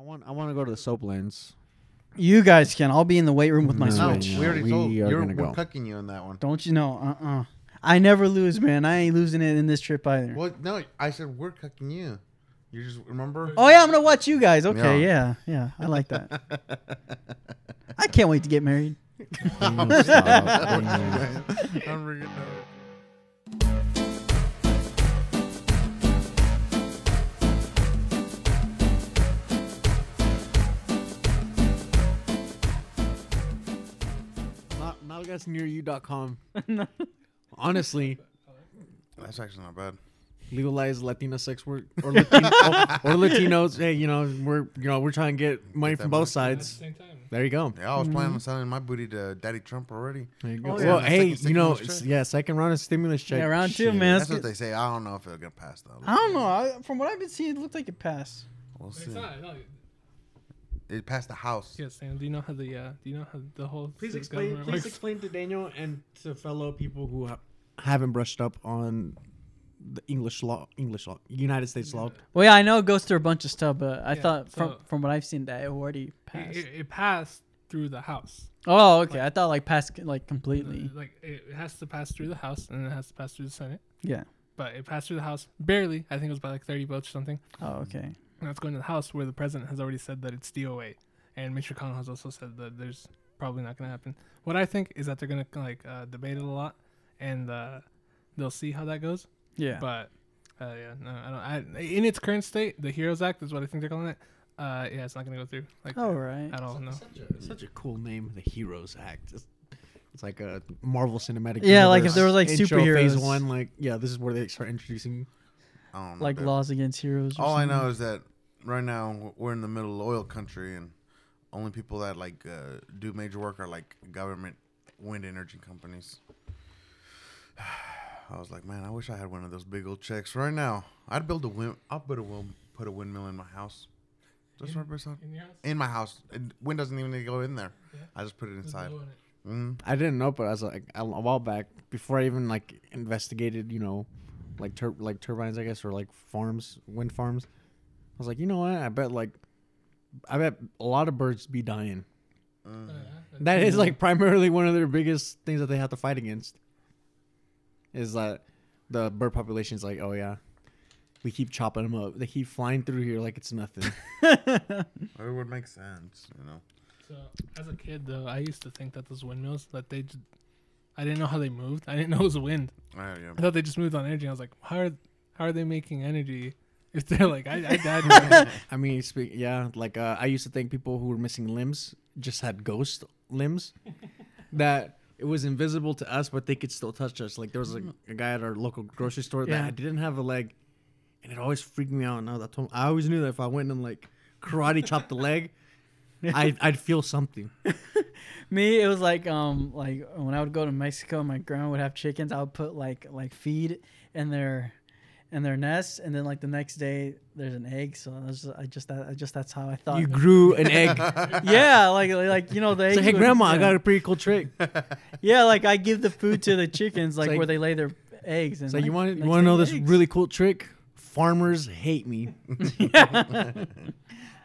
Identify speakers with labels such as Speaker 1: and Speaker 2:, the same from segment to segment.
Speaker 1: want. I want to go to the Soaplands.
Speaker 2: You guys can. I'll be in the weight room with my
Speaker 1: No,
Speaker 2: Switch.
Speaker 1: no.
Speaker 3: we already
Speaker 1: we
Speaker 3: told
Speaker 1: are
Speaker 3: you're
Speaker 1: gonna
Speaker 3: we're
Speaker 1: go.
Speaker 3: cooking you on that one.
Speaker 2: Don't you know? Uh uh I never lose, man. I ain't losing it in this trip either.
Speaker 3: Well, no, I said we're cooking you. You just remember?
Speaker 2: Oh yeah, I'm gonna watch you guys. Okay,
Speaker 3: Yeah.
Speaker 2: yeah, yeah. I like that. I can't wait to get married.
Speaker 1: Oh, stop. Yeah.
Speaker 3: I'm rigging that.
Speaker 1: Not, not guys near you.com. Honestly,
Speaker 3: That's actually not bad.
Speaker 1: legalize Latina sex work or, Latino, or, or Latinos. Hey, you know we're you know we're trying to get money
Speaker 3: Get that
Speaker 1: from both
Speaker 4: At the
Speaker 1: sides.
Speaker 4: same time.
Speaker 1: There you go.
Speaker 3: Yeah, I was
Speaker 2: Mm-hmm.
Speaker 3: planning on selling my booty to Daddy Trump already.
Speaker 1: There you go.
Speaker 2: Oh, yeah.
Speaker 1: well,
Speaker 3: Second-
Speaker 1: hey,
Speaker 3: second
Speaker 1: you know,
Speaker 3: stimulus
Speaker 1: it's-
Speaker 3: check.
Speaker 1: yeah, second round of stimulus check.
Speaker 2: Yeah, round two,
Speaker 1: Shit.
Speaker 2: man.
Speaker 3: That's
Speaker 2: That's
Speaker 3: what
Speaker 2: good.
Speaker 3: they say. I don't know if it'll get past though.
Speaker 2: I don't know. I, from what I've been seeing, it looked like it passed.
Speaker 3: We'll
Speaker 4: It's
Speaker 3: see.
Speaker 4: not. No.
Speaker 3: It passed the house.
Speaker 4: Yeah, Sam. Do you know how the uh, do you know how the whole
Speaker 1: Please
Speaker 4: the
Speaker 1: explain.
Speaker 4: government
Speaker 1: Please
Speaker 4: works?
Speaker 1: explain to Daniel and to fellow people who ha- haven't brushed up on the English law, English law, United States law.
Speaker 2: Well, yeah, I know it goes through a bunch of stuff, but I
Speaker 4: Yeah,
Speaker 2: thought from
Speaker 4: so-
Speaker 2: from what I've seen that it already
Speaker 4: It,
Speaker 2: passed.
Speaker 4: it, it passed through the house. Uh,
Speaker 2: oh, okay. I thought like passed like completely.
Speaker 4: Like it it has to pass through the house and it has to pass through the Senate.
Speaker 2: Yeah.
Speaker 4: But it passed through the house barely. I think it was by like 30 votes or something.
Speaker 2: Oh, okay.
Speaker 4: And that's going to the house where the president has already said that it's DOA, and Mitch McConnell has also said that there's probably not going to happen. What I think is that they're going to like uh, debate it a lot, and uh, they'll see how that goes.
Speaker 2: Yeah.
Speaker 4: But uh, yeah, no, I don't. I, in its current state, the Heroes Act is what I think they're calling it. Uh, yeah, it's not going to go through. Like
Speaker 2: All right.
Speaker 4: at all. No.
Speaker 1: Such a, such a cool name, the Heroes Act. It's, it's like a Marvel Cinematic.
Speaker 2: Yeah, like
Speaker 1: Universe
Speaker 2: if there was, like,
Speaker 1: intro Phase
Speaker 2: superheroes.
Speaker 1: one, like yeah, this is where they start introducing.
Speaker 3: I don't know.
Speaker 2: Like
Speaker 3: dude.
Speaker 2: laws against heroes. Or
Speaker 3: All I
Speaker 2: something.
Speaker 3: know is that right now w- we're in the middle of oil country, and only people that like uh, do major work are like government wind energy companies. I was like, man, I wish I had one of those big old checks right now. I'd build a wind. I'll put a wind, put a windmill in my house. Just right beside
Speaker 4: In your house?
Speaker 3: in my house. And wind doesn't even need to go in there.
Speaker 4: Yeah.
Speaker 3: I just put it
Speaker 4: There's
Speaker 3: inside.
Speaker 4: no in it.
Speaker 3: Mm.
Speaker 1: I didn't know, but I was like a, a while back before I even like investigated, you know, like tur- like turbines, I guess, or like farms, wind farms. I was like, you know what? I bet like, I bet a lot of birds be dying.
Speaker 4: Uh, yeah.
Speaker 1: That is like primarily one of their biggest things that they have to fight against. Is that the bird population's like, oh yeah, we keep chopping them up. They keep flying through here like it's nothing.
Speaker 3: It would make sense, you know.
Speaker 4: So as a kid, though, I used to think that those windmills that they, j- I didn't know how they moved. I didn't know it was wind.
Speaker 3: I, yeah.
Speaker 4: I thought they just moved on energy. I was like, how are how are they making energy if they're like I, I died? already."
Speaker 1: I mean, speak, yeah, like uh, I used to think people who were missing limbs just had ghost limbs that it was invisible to us, but they could still touch us. Like there was a, a guy at our local grocery store
Speaker 2: Mm. Yeah.
Speaker 1: that didn't have a leg, and it always freaked me out. And I, was- I told I always knew that if I went and like karate chopped the leg, I, I'd feel something.
Speaker 2: Me, it was like um like when I would go to Mexico, my grandma would have chickens. I would put like like feed in their in their nest, and then like the next day there's an egg. So I was just, I just that I just that's how I thought.
Speaker 1: You grew an egg.
Speaker 2: yeah, like like you know the eggs.
Speaker 1: Say, hey,
Speaker 2: would-
Speaker 1: grandma,
Speaker 2: yeah.
Speaker 1: I got a pretty cool trick.
Speaker 2: yeah, like I give the food to the chickens, like,
Speaker 1: like-
Speaker 2: where they lay their eggs. And
Speaker 1: So you
Speaker 2: like,
Speaker 1: want you
Speaker 2: next
Speaker 1: want to know
Speaker 2: day
Speaker 1: this
Speaker 2: eggs.
Speaker 1: really cool trick? Farmers hate me.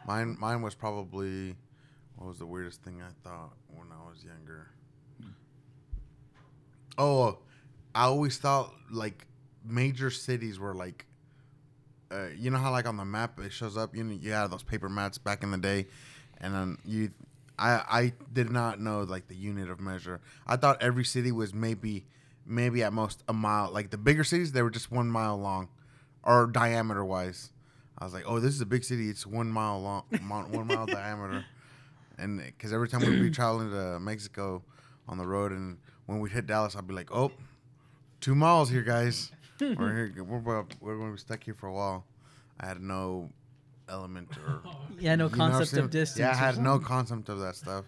Speaker 3: Mine, mine was probably what was the weirdest thing I thought when I was younger. Oh, I always thought like major cities were like, uh, you know how like on the map it shows up. You know, you had those paper maps back in the day, and then you, I, I did not know like the unit of measure. I thought every city was maybe, maybe at most a mile. Like the bigger cities, they were just one mile long, or diameter wise. I was like, oh, this is a big city. It's one mile long, mon- one mile diameter. And because every time we'd be traveling to Mexico on the road, and when we hit Dallas, I'd be like, oh, two miles here, guys.
Speaker 2: Hmm.
Speaker 3: We're here. We're, about- we're going to be stuck here for a while. I had no element or
Speaker 2: yeah, no
Speaker 3: you know what I'm
Speaker 2: concept
Speaker 3: saying?
Speaker 2: of distance.
Speaker 3: Yeah, I
Speaker 2: or
Speaker 3: had
Speaker 2: something.
Speaker 3: no concept of that stuff.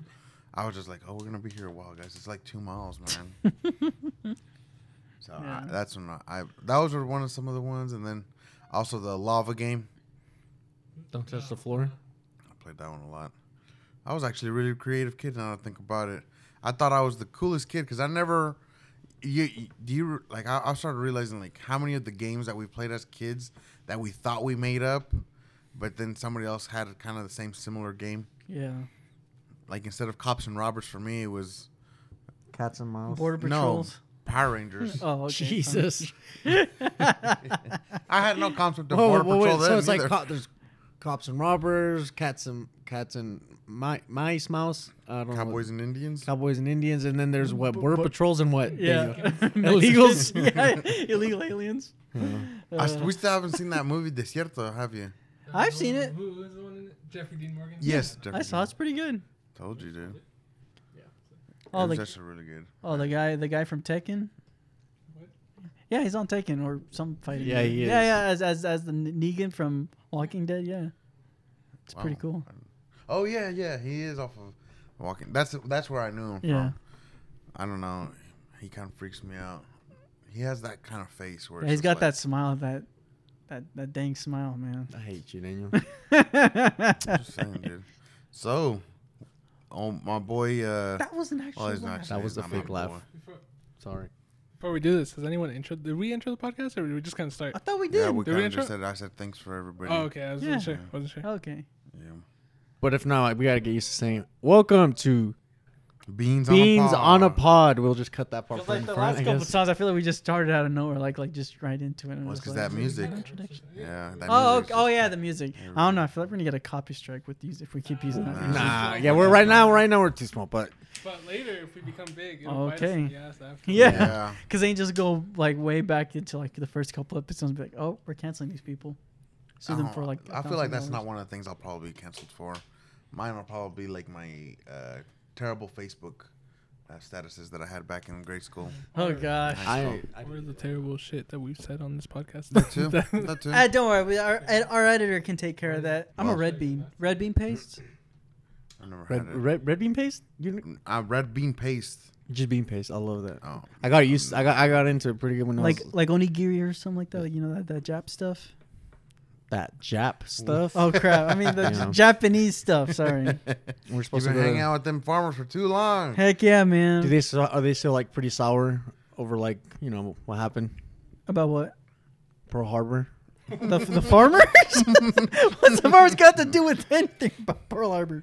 Speaker 3: I was just like, oh, we're gonna be here a while, guys. It's like two miles, man. so I-
Speaker 2: Yeah.
Speaker 3: that's when I, I that was one of some of the ones, and then also the lava game.
Speaker 1: Don't touch the floor.
Speaker 3: I played that one a lot. I was actually a really creative kid now that I think about it. I thought I was the coolest kid because I never. You, you- do you re- like? I, I started realizing like how many of the games that we played as kids that we thought we made up but then somebody else had kind of the same similar game.
Speaker 2: Yeah.
Speaker 3: Like instead of cops and robbers for me, it was
Speaker 1: Cats and mouse.
Speaker 2: Border patrols.
Speaker 3: Power Rangers.
Speaker 2: Oh, okay.
Speaker 1: Jesus.
Speaker 3: I had no concept of
Speaker 1: Oh,
Speaker 3: border
Speaker 1: well, wait,
Speaker 3: patrol
Speaker 1: so
Speaker 3: then
Speaker 1: it's like
Speaker 3: either.
Speaker 1: co- there's cops and robbers, cats and cats and mi- mice, mouse. I don't know what-
Speaker 3: Cowboys and Indians.
Speaker 1: Cowboys and Indians, and then there's what border
Speaker 4: bo-
Speaker 1: patrols and what
Speaker 2: Yeah.
Speaker 1: Daniel?
Speaker 2: Illegals. yeah. Illegal aliens. Uh,
Speaker 3: I s- we still haven't seen that movie Desierto, have you?
Speaker 2: I've seen it.
Speaker 4: Who was the one in it? Jeffrey Dean Morgan?
Speaker 3: Yes,
Speaker 2: I
Speaker 3: Jeffrey
Speaker 2: saw it's pretty good.
Speaker 3: Dean- Told you, dude.
Speaker 2: Oh,
Speaker 3: it was
Speaker 2: the
Speaker 3: actually really good.
Speaker 2: oh the guy the guy from Tekken.
Speaker 4: What?
Speaker 2: Yeah, he's on Tekken or some fighting.
Speaker 1: Yeah,
Speaker 2: game.
Speaker 1: he
Speaker 2: Yeah,
Speaker 1: is.
Speaker 2: yeah, as as as the N- Negan from Walking Dead. Yeah, it's pretty
Speaker 3: Wow.
Speaker 2: cool.
Speaker 3: Oh yeah, yeah, he is off of Walking. That's that's where I knew him
Speaker 2: Yeah.
Speaker 3: from. I don't know. He kind of freaks me out. He has that kind of face where
Speaker 2: Yeah,
Speaker 3: it's
Speaker 2: he's
Speaker 3: just
Speaker 2: got
Speaker 3: like-
Speaker 2: that smile, that that that dang smile, man.
Speaker 1: I hate you, Daniel.
Speaker 3: Just saying, dude. So, oh my boy. Uh,
Speaker 2: that wasn't actually.
Speaker 3: well, he's
Speaker 2: laugh.
Speaker 3: not.
Speaker 1: That was
Speaker 3: he's
Speaker 1: a
Speaker 3: not my
Speaker 1: fake laugh.
Speaker 3: boy.
Speaker 4: Before,
Speaker 1: Sorry.
Speaker 4: before we do this, has anyone intro? Did we intro the podcast, or did we just kind of start?
Speaker 2: I thought we did.
Speaker 3: Yeah, we
Speaker 4: Did we
Speaker 3: kind of just
Speaker 4: intro?
Speaker 3: said. I said thanks for everybody.
Speaker 4: Oh, okay. I was
Speaker 2: Yeah.
Speaker 4: not sure. Wasn't sure.
Speaker 2: okay.
Speaker 3: Yeah.
Speaker 1: But if not, we gotta get used to saying "Welcome to
Speaker 3: Beans,
Speaker 1: Beans on a
Speaker 3: pod.
Speaker 1: Pod." We'll just cut that part
Speaker 2: Because
Speaker 1: from
Speaker 2: like the
Speaker 1: front.
Speaker 2: last
Speaker 1: I
Speaker 2: couple
Speaker 1: guess.
Speaker 2: songs, I feel like we just started out of nowhere, like like just right into it. and it
Speaker 3: Well,
Speaker 2: was
Speaker 3: it's 'cause
Speaker 2: like-
Speaker 3: that music.
Speaker 2: Introduction.
Speaker 3: Yeah. That
Speaker 2: Oh, okay.
Speaker 3: music is
Speaker 2: oh
Speaker 3: just-
Speaker 2: yeah, the music. I don't know. I feel like we're gonna get a copy strike with these if we keep using that.
Speaker 3: Nah.
Speaker 2: music.
Speaker 1: Nah, yeah, we're right now. Right now, we're too small, but
Speaker 4: But later, if we become big,
Speaker 2: it'll bite us Okay. in the
Speaker 4: Yeah.
Speaker 2: Yeah.
Speaker 3: Yeah.
Speaker 2: Because they just go like way back into like the first couple episodes and be like, oh, we're canceling these people. Sue
Speaker 3: I
Speaker 2: them
Speaker 3: don't-
Speaker 2: for like.
Speaker 3: Uh-huh. I feel like that's not
Speaker 2: $1,000.
Speaker 3: one of the things I'll probably be canceled for. Mine will probably be like my uh, terrible Facebook uh, statuses that I had back in grade school.
Speaker 2: Oh gosh.
Speaker 3: High
Speaker 1: I,
Speaker 3: school.
Speaker 1: I
Speaker 4: Or the terrible shit that we've said on this podcast.
Speaker 3: that too. That too.
Speaker 2: Uh, don't worry, we, our, ed- our editor can take care of that. I'm a
Speaker 3: Well-
Speaker 2: red bean. Red bean paste.
Speaker 3: I never had
Speaker 1: red,
Speaker 3: it.
Speaker 1: red red bean paste. You
Speaker 3: Red, uh, red bean paste.
Speaker 1: just bean paste. I love that.
Speaker 3: Oh,
Speaker 1: I got used. I got I got into a pretty good one. Like
Speaker 2: Like like onigiri or something like that. Like, you know that, that Jap stuff.
Speaker 1: that Jap stuff.
Speaker 2: Oh crap! I mean the
Speaker 1: Yeah.
Speaker 2: Japanese stuff. Sorry.
Speaker 1: we're
Speaker 3: you've
Speaker 1: supposed to
Speaker 3: been
Speaker 1: go
Speaker 3: hanging
Speaker 1: to-
Speaker 3: out with them farmers for too long.
Speaker 2: Heck yeah, man.
Speaker 1: Do they still, are they still like pretty sour over like you know what happened
Speaker 2: About what?
Speaker 1: Pearl Harbor?
Speaker 2: The, the farmers? What's the farmers got to do with anything about Pearl Harbor?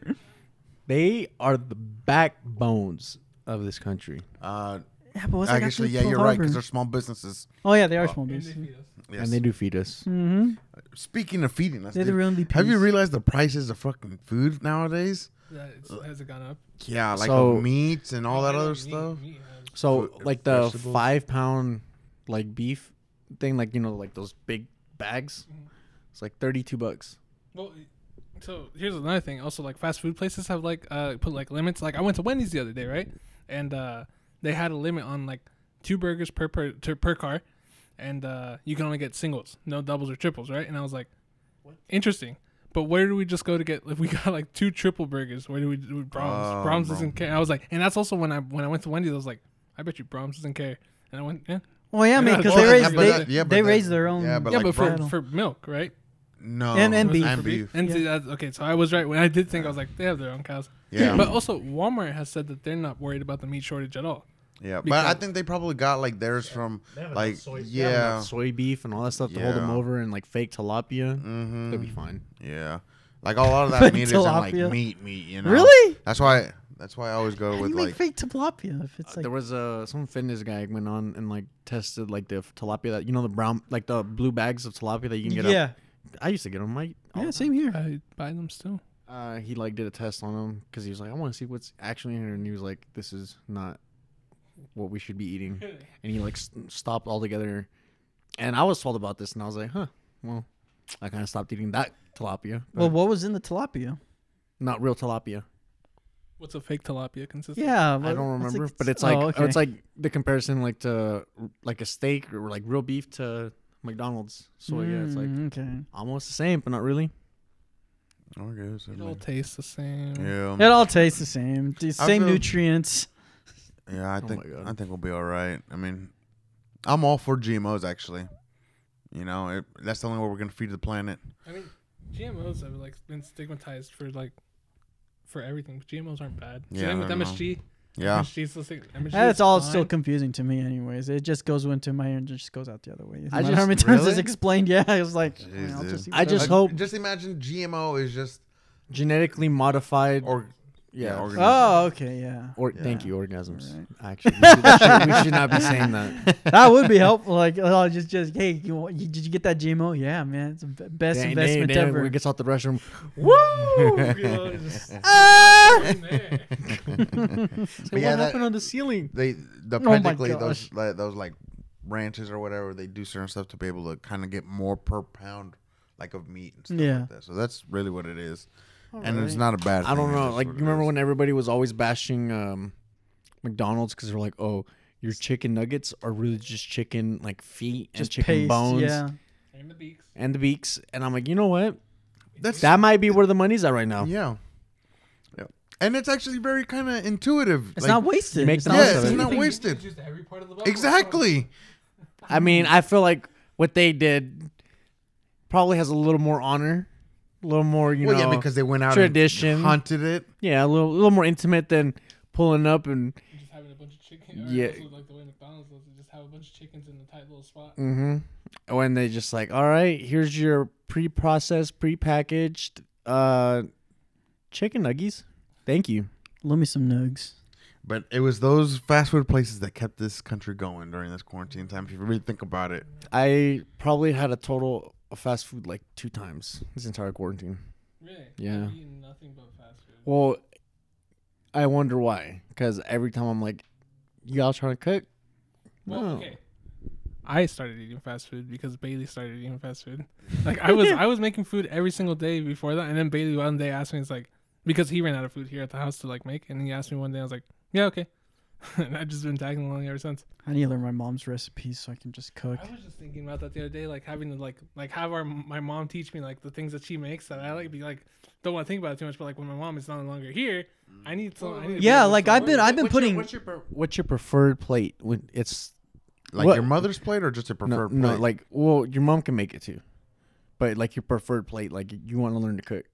Speaker 1: They are the backbones of this country.
Speaker 3: Uh,
Speaker 2: Yeah, but what's that got to do
Speaker 3: actually,
Speaker 2: with
Speaker 3: yeah,
Speaker 2: Pearl
Speaker 3: you're right because
Speaker 2: Harbor?
Speaker 3: they're small businesses.
Speaker 2: Oh yeah, they are small businesses.
Speaker 3: Yes.
Speaker 1: And they do feed us.
Speaker 2: Mm-hmm.
Speaker 3: Speaking of feeding us,
Speaker 2: They're the
Speaker 3: dude,
Speaker 2: real MVPs.
Speaker 3: have you realized the prices of fucking food nowadays?
Speaker 4: Has it gone up?
Speaker 3: Yeah, like
Speaker 1: So-
Speaker 3: of meats and all that other
Speaker 4: Meat-
Speaker 3: stuff.
Speaker 4: meat has-
Speaker 1: So
Speaker 3: Fruit-
Speaker 1: like the
Speaker 3: vegetables.
Speaker 1: five pound like beef thing, like you know like those big bags. It's like thirty two bucks.
Speaker 4: Well, so here's another thing. Also, like fast food places have like uh put like limits. Like I went to Wendy's the other day, right? And uh they had a limit on like two burgers per per to, per car, and uh you can only get singles, no doubles or triples, right? And I was like, interesting. But where do we just go to get if we got like two triple burgers? Where do we do Brahms?
Speaker 3: Oh,
Speaker 4: Brahms
Speaker 3: bro.
Speaker 4: doesn't care. I was like, and that's also when I when I went to Wendy's, I was like, I bet you Brahms doesn't care. And I went, yeah,
Speaker 2: Well, yeah, man, because
Speaker 4: Well,
Speaker 2: they
Speaker 4: yeah,
Speaker 2: raise
Speaker 4: but
Speaker 2: they,
Speaker 4: that-
Speaker 3: yeah, but
Speaker 2: they
Speaker 3: that-
Speaker 2: raise their own.
Speaker 3: yeah, but
Speaker 4: yeah,
Speaker 3: like
Speaker 4: but for
Speaker 2: Brahms-
Speaker 4: for milk, right?
Speaker 3: No,
Speaker 2: And- and
Speaker 3: it was-
Speaker 2: beef.
Speaker 3: and beef.
Speaker 4: And
Speaker 2: Yeah.
Speaker 4: see, that's- okay, so I was right when I did think I was like they have their own cows.
Speaker 3: Yeah,
Speaker 4: But also, Walmart has said that they're not worried about the meat shortage at all.
Speaker 3: yeah. But
Speaker 4: because-
Speaker 3: I think they probably got like theirs from
Speaker 1: have
Speaker 3: like
Speaker 1: They have
Speaker 3: yeah,
Speaker 1: that soy beef and all that stuff to hold them
Speaker 3: Yeah.
Speaker 1: over and like fake tilapia.
Speaker 3: hmm
Speaker 1: They'll be fine.
Speaker 3: yeah. Like a lot of that meat is in like
Speaker 2: Tilapia.
Speaker 3: meat, meat. You know,
Speaker 2: Really?
Speaker 3: That's why. That's why I always go
Speaker 2: How do
Speaker 3: with
Speaker 2: you make
Speaker 3: like
Speaker 2: fake tilapia if it's like
Speaker 1: there was a some fitness guy went on and like tested like the tilapia that you know the brown like the blue bags of tilapia that you can get.
Speaker 2: yeah,
Speaker 1: I used to get them. I,
Speaker 2: yeah, same here.
Speaker 4: I buy them still.
Speaker 1: uh, he like did a test on him because he was like, I want to see what's actually in here, and he was like, this is not what we should be eating, and he like s- stopped altogether. And I was told about this, and I was like, huh, well, I kind of stopped eating that tilapia. but
Speaker 2: Well, what was in the tilapia?
Speaker 1: not real tilapia.
Speaker 4: What's a fake tilapia consistent?
Speaker 2: Yeah,
Speaker 1: I
Speaker 2: but
Speaker 1: don't
Speaker 2: that's
Speaker 1: remember,
Speaker 2: like-
Speaker 1: but it's
Speaker 2: oh,
Speaker 1: like
Speaker 2: okay.
Speaker 1: it's like the comparison like to like a steak or like real beef to McDonald's. So yeah, it's like um,
Speaker 2: Mm, okay.
Speaker 1: almost the same, but not really.
Speaker 3: okay, so
Speaker 4: It all
Speaker 3: like-
Speaker 4: tastes the same.
Speaker 3: yeah,
Speaker 2: It all tastes the same. The
Speaker 3: I
Speaker 2: same
Speaker 3: feel-
Speaker 2: nutrients.
Speaker 3: yeah. I
Speaker 1: my
Speaker 3: think
Speaker 1: God.
Speaker 3: I think we'll be all right. I mean, I'm all for GMOs actually. You know, it, that's the only way we're gonna feed the planet.
Speaker 4: I mean, GMOs have like been stigmatized for like for everything. But GMOs aren't bad.
Speaker 3: Yeah,
Speaker 4: Same with
Speaker 3: I know.
Speaker 4: MSG.
Speaker 3: Yeah.
Speaker 4: She's so sick. I mean,
Speaker 2: That's
Speaker 4: she's
Speaker 2: all
Speaker 4: fine.
Speaker 2: still confusing to me, anyways. It just goes into my ear and just goes out the other way.
Speaker 1: I
Speaker 2: I don't know how many
Speaker 1: just-
Speaker 2: times it's
Speaker 1: really?
Speaker 2: explained. Yeah, I was like,
Speaker 3: Jeez,
Speaker 2: man, I'll
Speaker 3: dude.
Speaker 2: just eat
Speaker 1: I
Speaker 2: whatever.
Speaker 1: just hope-
Speaker 3: Just imagine GMO is just
Speaker 1: Genetically modified. Or,
Speaker 3: or
Speaker 1: yeah.
Speaker 3: yeah,
Speaker 1: or,
Speaker 3: organ-
Speaker 2: Oh, okay, yeah.
Speaker 1: thank
Speaker 3: Yeah.
Speaker 1: you, orgasms.
Speaker 2: Alright.
Speaker 1: Actually, we should, that should- we should not be saying that.
Speaker 2: That would be helpful. Like, oh, just, just, hey, you, want- you- did you get that GMO? Yeah, man, it's the b- best
Speaker 1: Dang,
Speaker 2: investment
Speaker 1: dang, dang,
Speaker 2: ever.
Speaker 1: When it gets out the restroom,
Speaker 4: Woo! You know, just-
Speaker 3: Ah!
Speaker 4: there.
Speaker 1: say,
Speaker 3: But
Speaker 1: what
Speaker 3: yeah, that-
Speaker 1: happened on the ceiling?
Speaker 3: they
Speaker 1: Oh
Speaker 3: the
Speaker 2: my
Speaker 3: practically
Speaker 2: gosh.
Speaker 3: those like, those like ranches or whatever they do certain stuff to be able to kind of get more per pound like of meat and stuff
Speaker 2: Yeah.
Speaker 3: like that. So that's really what it is, and it's not a bad.
Speaker 1: I don't
Speaker 3: thing, it's
Speaker 1: know.
Speaker 3: just
Speaker 1: Like, you
Speaker 3: what it
Speaker 1: remember
Speaker 3: is.
Speaker 1: when everybody was always bashing um, McDonald's because they're like, oh, your chicken nuggets are really just chicken, like feet and
Speaker 2: just
Speaker 1: chicken
Speaker 2: paste,
Speaker 1: bones
Speaker 2: Yeah,
Speaker 4: And the beaks.
Speaker 1: and the beaks. And I'm like, you know what?
Speaker 3: that's
Speaker 1: That might be where the money's at right now.
Speaker 3: yeah, yeah, and it's actually very kind of intuitive.
Speaker 2: it's
Speaker 3: like-
Speaker 2: not wasted.
Speaker 1: make
Speaker 2: it's
Speaker 1: the
Speaker 2: not
Speaker 1: most
Speaker 3: Yeah,
Speaker 1: of
Speaker 3: it's
Speaker 1: it.
Speaker 3: not
Speaker 4: You
Speaker 3: wasted.
Speaker 4: used every part of the bubble.
Speaker 3: Exactly.
Speaker 1: I mean, I feel like what they did probably has a little more honor, a little more, you
Speaker 3: well,
Speaker 1: know,
Speaker 3: yeah, because they went out
Speaker 1: tradition.
Speaker 3: and hunted it.
Speaker 1: yeah, a little, a little more intimate than pulling up and
Speaker 4: Just having a bunch of chicken. or
Speaker 1: Yeah.
Speaker 4: also, Like the way McDonald's does it, just have a bunch of chickens in a tight little spot.
Speaker 1: hmm
Speaker 3: Mm-hmm.
Speaker 1: when they just like, all right, here's your pre-processed, pre-packaged uh, chicken nuggies. Thank you.
Speaker 2: Let me some nugs.
Speaker 3: But it was those fast food places that kept this country going during this quarantine time. If you really think about it,
Speaker 1: I probably had a total of fast food like two times this entire quarantine.
Speaker 4: Really?
Speaker 1: Yeah.
Speaker 4: I've eaten nothing but fast food.
Speaker 1: Well, I wonder why. Because every time I'm like, y'all trying to cook?
Speaker 4: Well, okay. I started eating fast food because Bailey started eating fast food. Like I was I was making food every single day before that, and then Bailey one day asked me, "It's like because he ran out of food here at the house to like make," and he asked me one day, I was like, "Yeah, okay," and I've just been tagging along ever since.
Speaker 2: I need to learn my mom's recipes so I can just cook.
Speaker 4: I was just thinking about that the other day, like having to like like have our my mom teach me like the things that she makes that I like be like don't want to think about it too much, but like when my mom is no longer here, I need to. I need to be
Speaker 2: Yeah,
Speaker 4: able to
Speaker 2: like
Speaker 4: start
Speaker 2: I've been,
Speaker 4: learning.
Speaker 2: I've been putting.
Speaker 1: what's your, pre- what's your preferred plate? When it's
Speaker 3: like
Speaker 1: What-
Speaker 3: your mother's plate or just a
Speaker 1: no,
Speaker 3: preferred
Speaker 1: no,
Speaker 3: plate?
Speaker 1: like well, your mom can make it too, but like your preferred plate, like you want to learn to cook.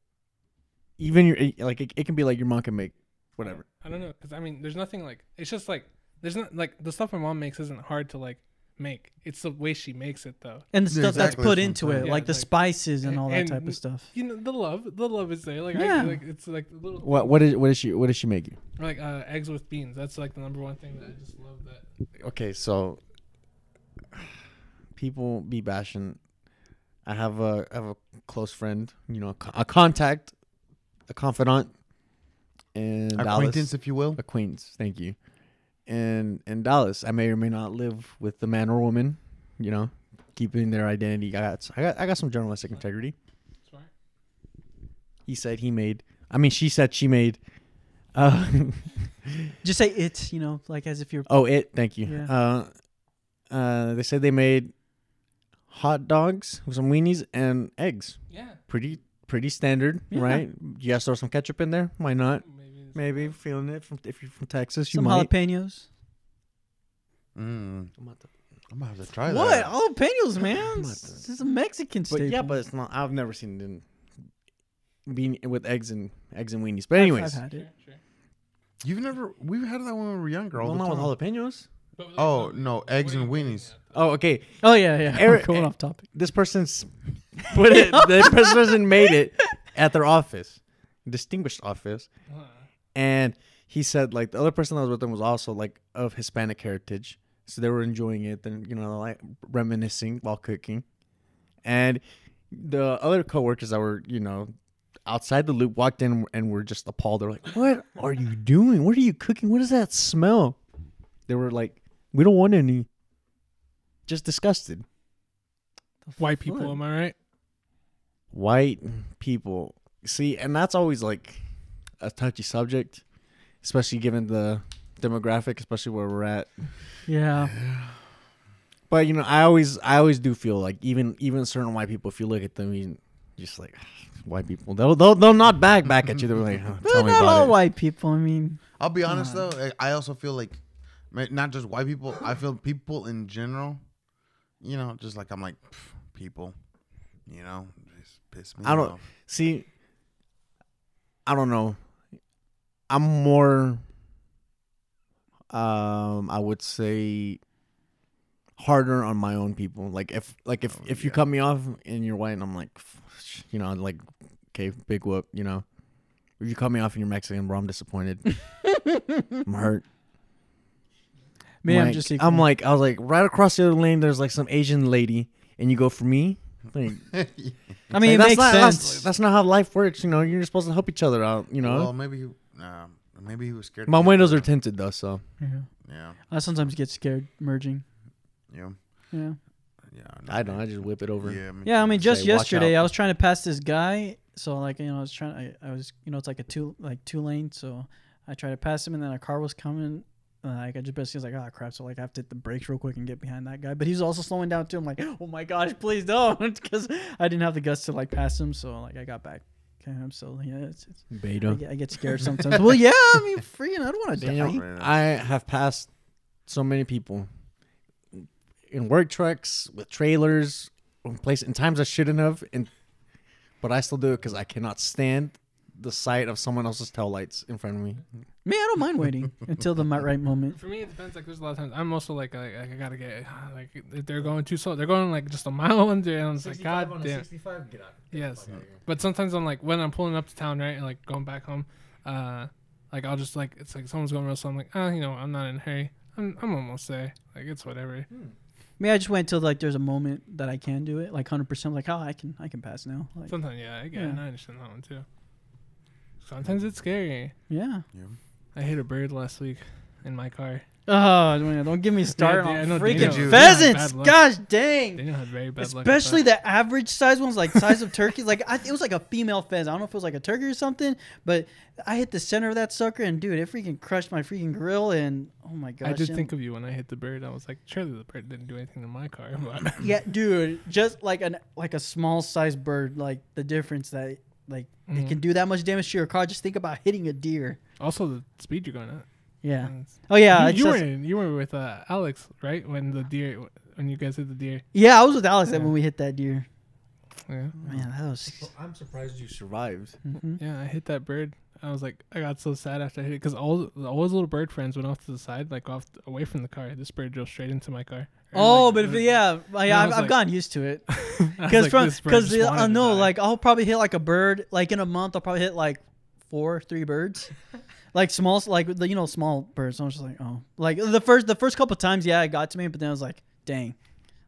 Speaker 1: Even your eh, like it, it can be like your mom can make whatever.
Speaker 4: I don't know, cause I mean, there's nothing like it's just like there's not like the stuff my mom makes isn't hard to like make. It's the way she makes it though.
Speaker 2: and the
Speaker 3: Yeah,
Speaker 2: stuff
Speaker 3: exactly,
Speaker 2: that's put
Speaker 3: that's
Speaker 2: into
Speaker 3: what I'm
Speaker 2: it,
Speaker 4: saying.
Speaker 2: like
Speaker 4: Yeah,
Speaker 2: the
Speaker 4: like-
Speaker 2: spices and all that
Speaker 4: and-
Speaker 2: type of stuff.
Speaker 4: You know the love, the love is there. Like
Speaker 2: Yeah.
Speaker 4: I like it's like the little
Speaker 1: What what is what is she what does she make you?
Speaker 4: like uh, eggs with beans. That's like the number one thing that I just love. That
Speaker 1: Okay, so people be bashing. I have a I have a close friend, you know, a, co- a contact, a confidant, and
Speaker 3: acquaintance, if you will.
Speaker 1: acquaintance. Thank you. And in Dallas, I may or may not live with the man or woman. You know, keeping their identity. I got I got I got some journalistic integrity.
Speaker 4: smart.
Speaker 1: He said he made. I mean, she said she made. Uh,
Speaker 2: Just say it, you know, like as if you're.
Speaker 1: oh, it. Thank you.
Speaker 2: Yeah.
Speaker 1: Uh, uh, they said they made hot dogs with some weenies and eggs.
Speaker 4: Yeah,
Speaker 1: Pretty pretty standard,
Speaker 2: Yeah.
Speaker 1: right? You guys throw some ketchup in there. Why not?
Speaker 4: maybe. it's-
Speaker 1: Maybe feeling it from if you're from Texas, you
Speaker 2: Some
Speaker 1: might.
Speaker 2: jalapenos.
Speaker 3: Mm,
Speaker 1: I'm not the-
Speaker 3: I'm gonna have to try
Speaker 2: What
Speaker 3: that.
Speaker 2: jalapenos, man?
Speaker 1: Not
Speaker 2: This is a Mexican
Speaker 1: But
Speaker 2: staple.
Speaker 1: yeah, but it's not. I've never seen it in being with eggs and eggs and weenies. But
Speaker 2: I've-
Speaker 1: anyways,
Speaker 2: I've had it.
Speaker 4: Sure, sure.
Speaker 3: You've never? We've had that when we were younger. All
Speaker 1: well,
Speaker 3: the
Speaker 1: not
Speaker 3: time.
Speaker 1: with jalapenos.
Speaker 4: But, like,
Speaker 3: Oh,
Speaker 4: what-
Speaker 3: no,
Speaker 4: what
Speaker 3: eggs
Speaker 4: are
Speaker 3: and
Speaker 4: you getting
Speaker 3: weenies.
Speaker 4: at?
Speaker 1: Oh, okay.
Speaker 2: Oh yeah, yeah.
Speaker 1: Eric-
Speaker 2: I'm going off topic.
Speaker 1: This person's put it. the person made it at their office, distinguished office,
Speaker 4: Uh-huh.
Speaker 1: and he said like the other person that was with them was also like of Hispanic heritage, so they were enjoying it. Then you know like reminiscing while cooking, and the other coworkers that were you know outside the loop walked in and were just appalled. They're like, "What are you doing? What are you cooking? What does that smell?" They were like, "We don't want any." Just disgusted.
Speaker 4: White people, am I right?
Speaker 1: white people see and that's always like a touchy subject especially given the demographic especially where we're at
Speaker 2: Yeah.
Speaker 1: but you know i always i always do feel like even even certain white people if you look at them you just like white people they'll they'll, they'll not back back at you they're like "Oh, tell
Speaker 2: But
Speaker 1: me
Speaker 2: not all
Speaker 1: about it
Speaker 2: white people. I mean,
Speaker 3: I'll be honest though. I- I also feel like ma- not just white people. I feel people in general. You know, just like I'm like pff, people. You know, just piss me.
Speaker 1: I don't-
Speaker 3: Off.
Speaker 1: see i don't know i'm more Um, I would say harder on my own people. Like if like if
Speaker 3: Oh,
Speaker 1: if you
Speaker 3: yeah.
Speaker 1: cut me off and you're white, and I'm like, you know, like okay, big whoop, you know. If you cut me off and you're Mexican, bro, I'm disappointed. I'm hurt.
Speaker 2: Me, I'm
Speaker 1: Like,
Speaker 2: just
Speaker 1: I'm
Speaker 2: equal.
Speaker 1: like, I was like, right across the other lane, there's like some Asian lady, and you go for me. Like,
Speaker 2: I mean, it
Speaker 1: that's
Speaker 2: makes
Speaker 1: not, that's-
Speaker 2: sense.
Speaker 1: That's, not how life works, you know. You're supposed to help each other out, you know.
Speaker 3: well, maybe he, nah, maybe he was scared. to
Speaker 1: My
Speaker 3: get
Speaker 1: windows are
Speaker 3: burned.
Speaker 1: tinted though, so
Speaker 2: yeah.
Speaker 3: yeah,
Speaker 2: I sometimes get scared merging.
Speaker 3: yeah,
Speaker 2: Yeah.
Speaker 3: yeah.
Speaker 1: I don't. I just whip it over.
Speaker 3: Yeah, me
Speaker 2: Yeah, I
Speaker 3: too.
Speaker 2: mean,
Speaker 1: Say,
Speaker 2: just
Speaker 1: "Watch
Speaker 2: yesterday
Speaker 1: out."
Speaker 2: I was trying to pass this guy, so like you know I was trying, I, I was you know it's like a two like two lane, so I tried to pass him, and then a car was coming, uh, like I just basically was like, oh crap, so like I have to hit the brakes real quick and get behind that guy, but he was also slowing down too. I'm like, oh my gosh, please don't, because I didn't have the guts to like pass him, so like I got back. Okay, I'm so yeah, it's, it's, I,
Speaker 1: Beta.
Speaker 2: get, I get scared sometimes. well, yeah, I mean, freaking, I don't want to
Speaker 1: Damn,
Speaker 2: die.
Speaker 3: Right.
Speaker 1: I have passed so many people in work trucks with trailers, in place in times I shouldn't have, and but I still do it because I cannot stand the sight of someone else's tail lights in front of me.
Speaker 2: Me, I don't mind waiting until the mi- right moment.
Speaker 4: For me, it depends. Like, there's a lot of times I'm also like, like, like, I gotta get like if they're going too slow. They're going like just a mile under, and I'm just like, God damn. Yes. But sometimes I'm like, when I'm pulling up to town, right, and like going back home, uh, like I'll just like it's like someone's going real slow. I'm like, ah, you know, I'm not in a hurry. I'm I'm almost there. Like it's whatever.
Speaker 2: Me, I just wait until like there's a moment that I can do it, like hundred percent. Like, oh, I can, I can pass now. Like,
Speaker 4: Sometimes yeah, I get it.
Speaker 2: Yeah.
Speaker 4: I understand that one too. Sometimes it's scary.
Speaker 2: yeah.
Speaker 4: I hit a bird last week in my car.
Speaker 2: Oh, man, don't give me started
Speaker 4: Yeah, I
Speaker 2: on
Speaker 4: know
Speaker 2: freaking
Speaker 3: Daniel- Daniel
Speaker 4: had
Speaker 2: pheasants.
Speaker 4: bad luck.
Speaker 2: Gosh dang.
Speaker 4: Daniel had very bad luck. with
Speaker 2: Especially the average size ones, like size of turkeys. Like I, it was like a female pheasant. I don't know if it was like a turkey or something, but I hit the center of that sucker, and dude, it freaking crushed my freaking grill. And oh my
Speaker 4: that.
Speaker 2: gosh,
Speaker 4: I did
Speaker 2: and-
Speaker 4: think of you when I hit the bird. I was like, surely the bird didn't do anything to my car. But
Speaker 2: yeah, dude, just like an like a small size bird, like the difference that like it
Speaker 4: Mhm.
Speaker 2: can do that much damage to your car. Just think about hitting a deer.
Speaker 4: also the speed you're going at.
Speaker 2: Yeah.
Speaker 4: And it's-
Speaker 2: Oh yeah. I
Speaker 4: Mm. you, you
Speaker 2: just-
Speaker 4: were in, you were with uh, Alex, right? When the deer, when you guys hit the deer.
Speaker 2: yeah, I was with Alex
Speaker 4: Yeah.
Speaker 2: when we hit that deer.
Speaker 4: Yeah.
Speaker 2: Man, that was.
Speaker 1: I'm surprised you survived.
Speaker 2: Mhm.
Speaker 4: Yeah, I hit that bird. I was like, I got so sad after I hit it because all all his little bird friends went off to the side, like off away from the car. This bird drove straight into my car. Or,
Speaker 2: Oh,
Speaker 4: like,
Speaker 2: but if,
Speaker 4: the-
Speaker 2: yeah, I,
Speaker 4: I
Speaker 2: I've,
Speaker 4: was
Speaker 2: I've
Speaker 4: like-
Speaker 2: gotten used to it.
Speaker 4: I was
Speaker 2: Because
Speaker 4: like,
Speaker 2: from
Speaker 4: this bird
Speaker 2: because
Speaker 4: just wanted
Speaker 2: I
Speaker 4: to
Speaker 2: know
Speaker 4: die.
Speaker 2: like I'll probably hit like a bird like in a month I'll probably hit like four three birds, like small like the you know small birds. I was just like oh like the first the first couple times yeah it got to me but then I was like dang,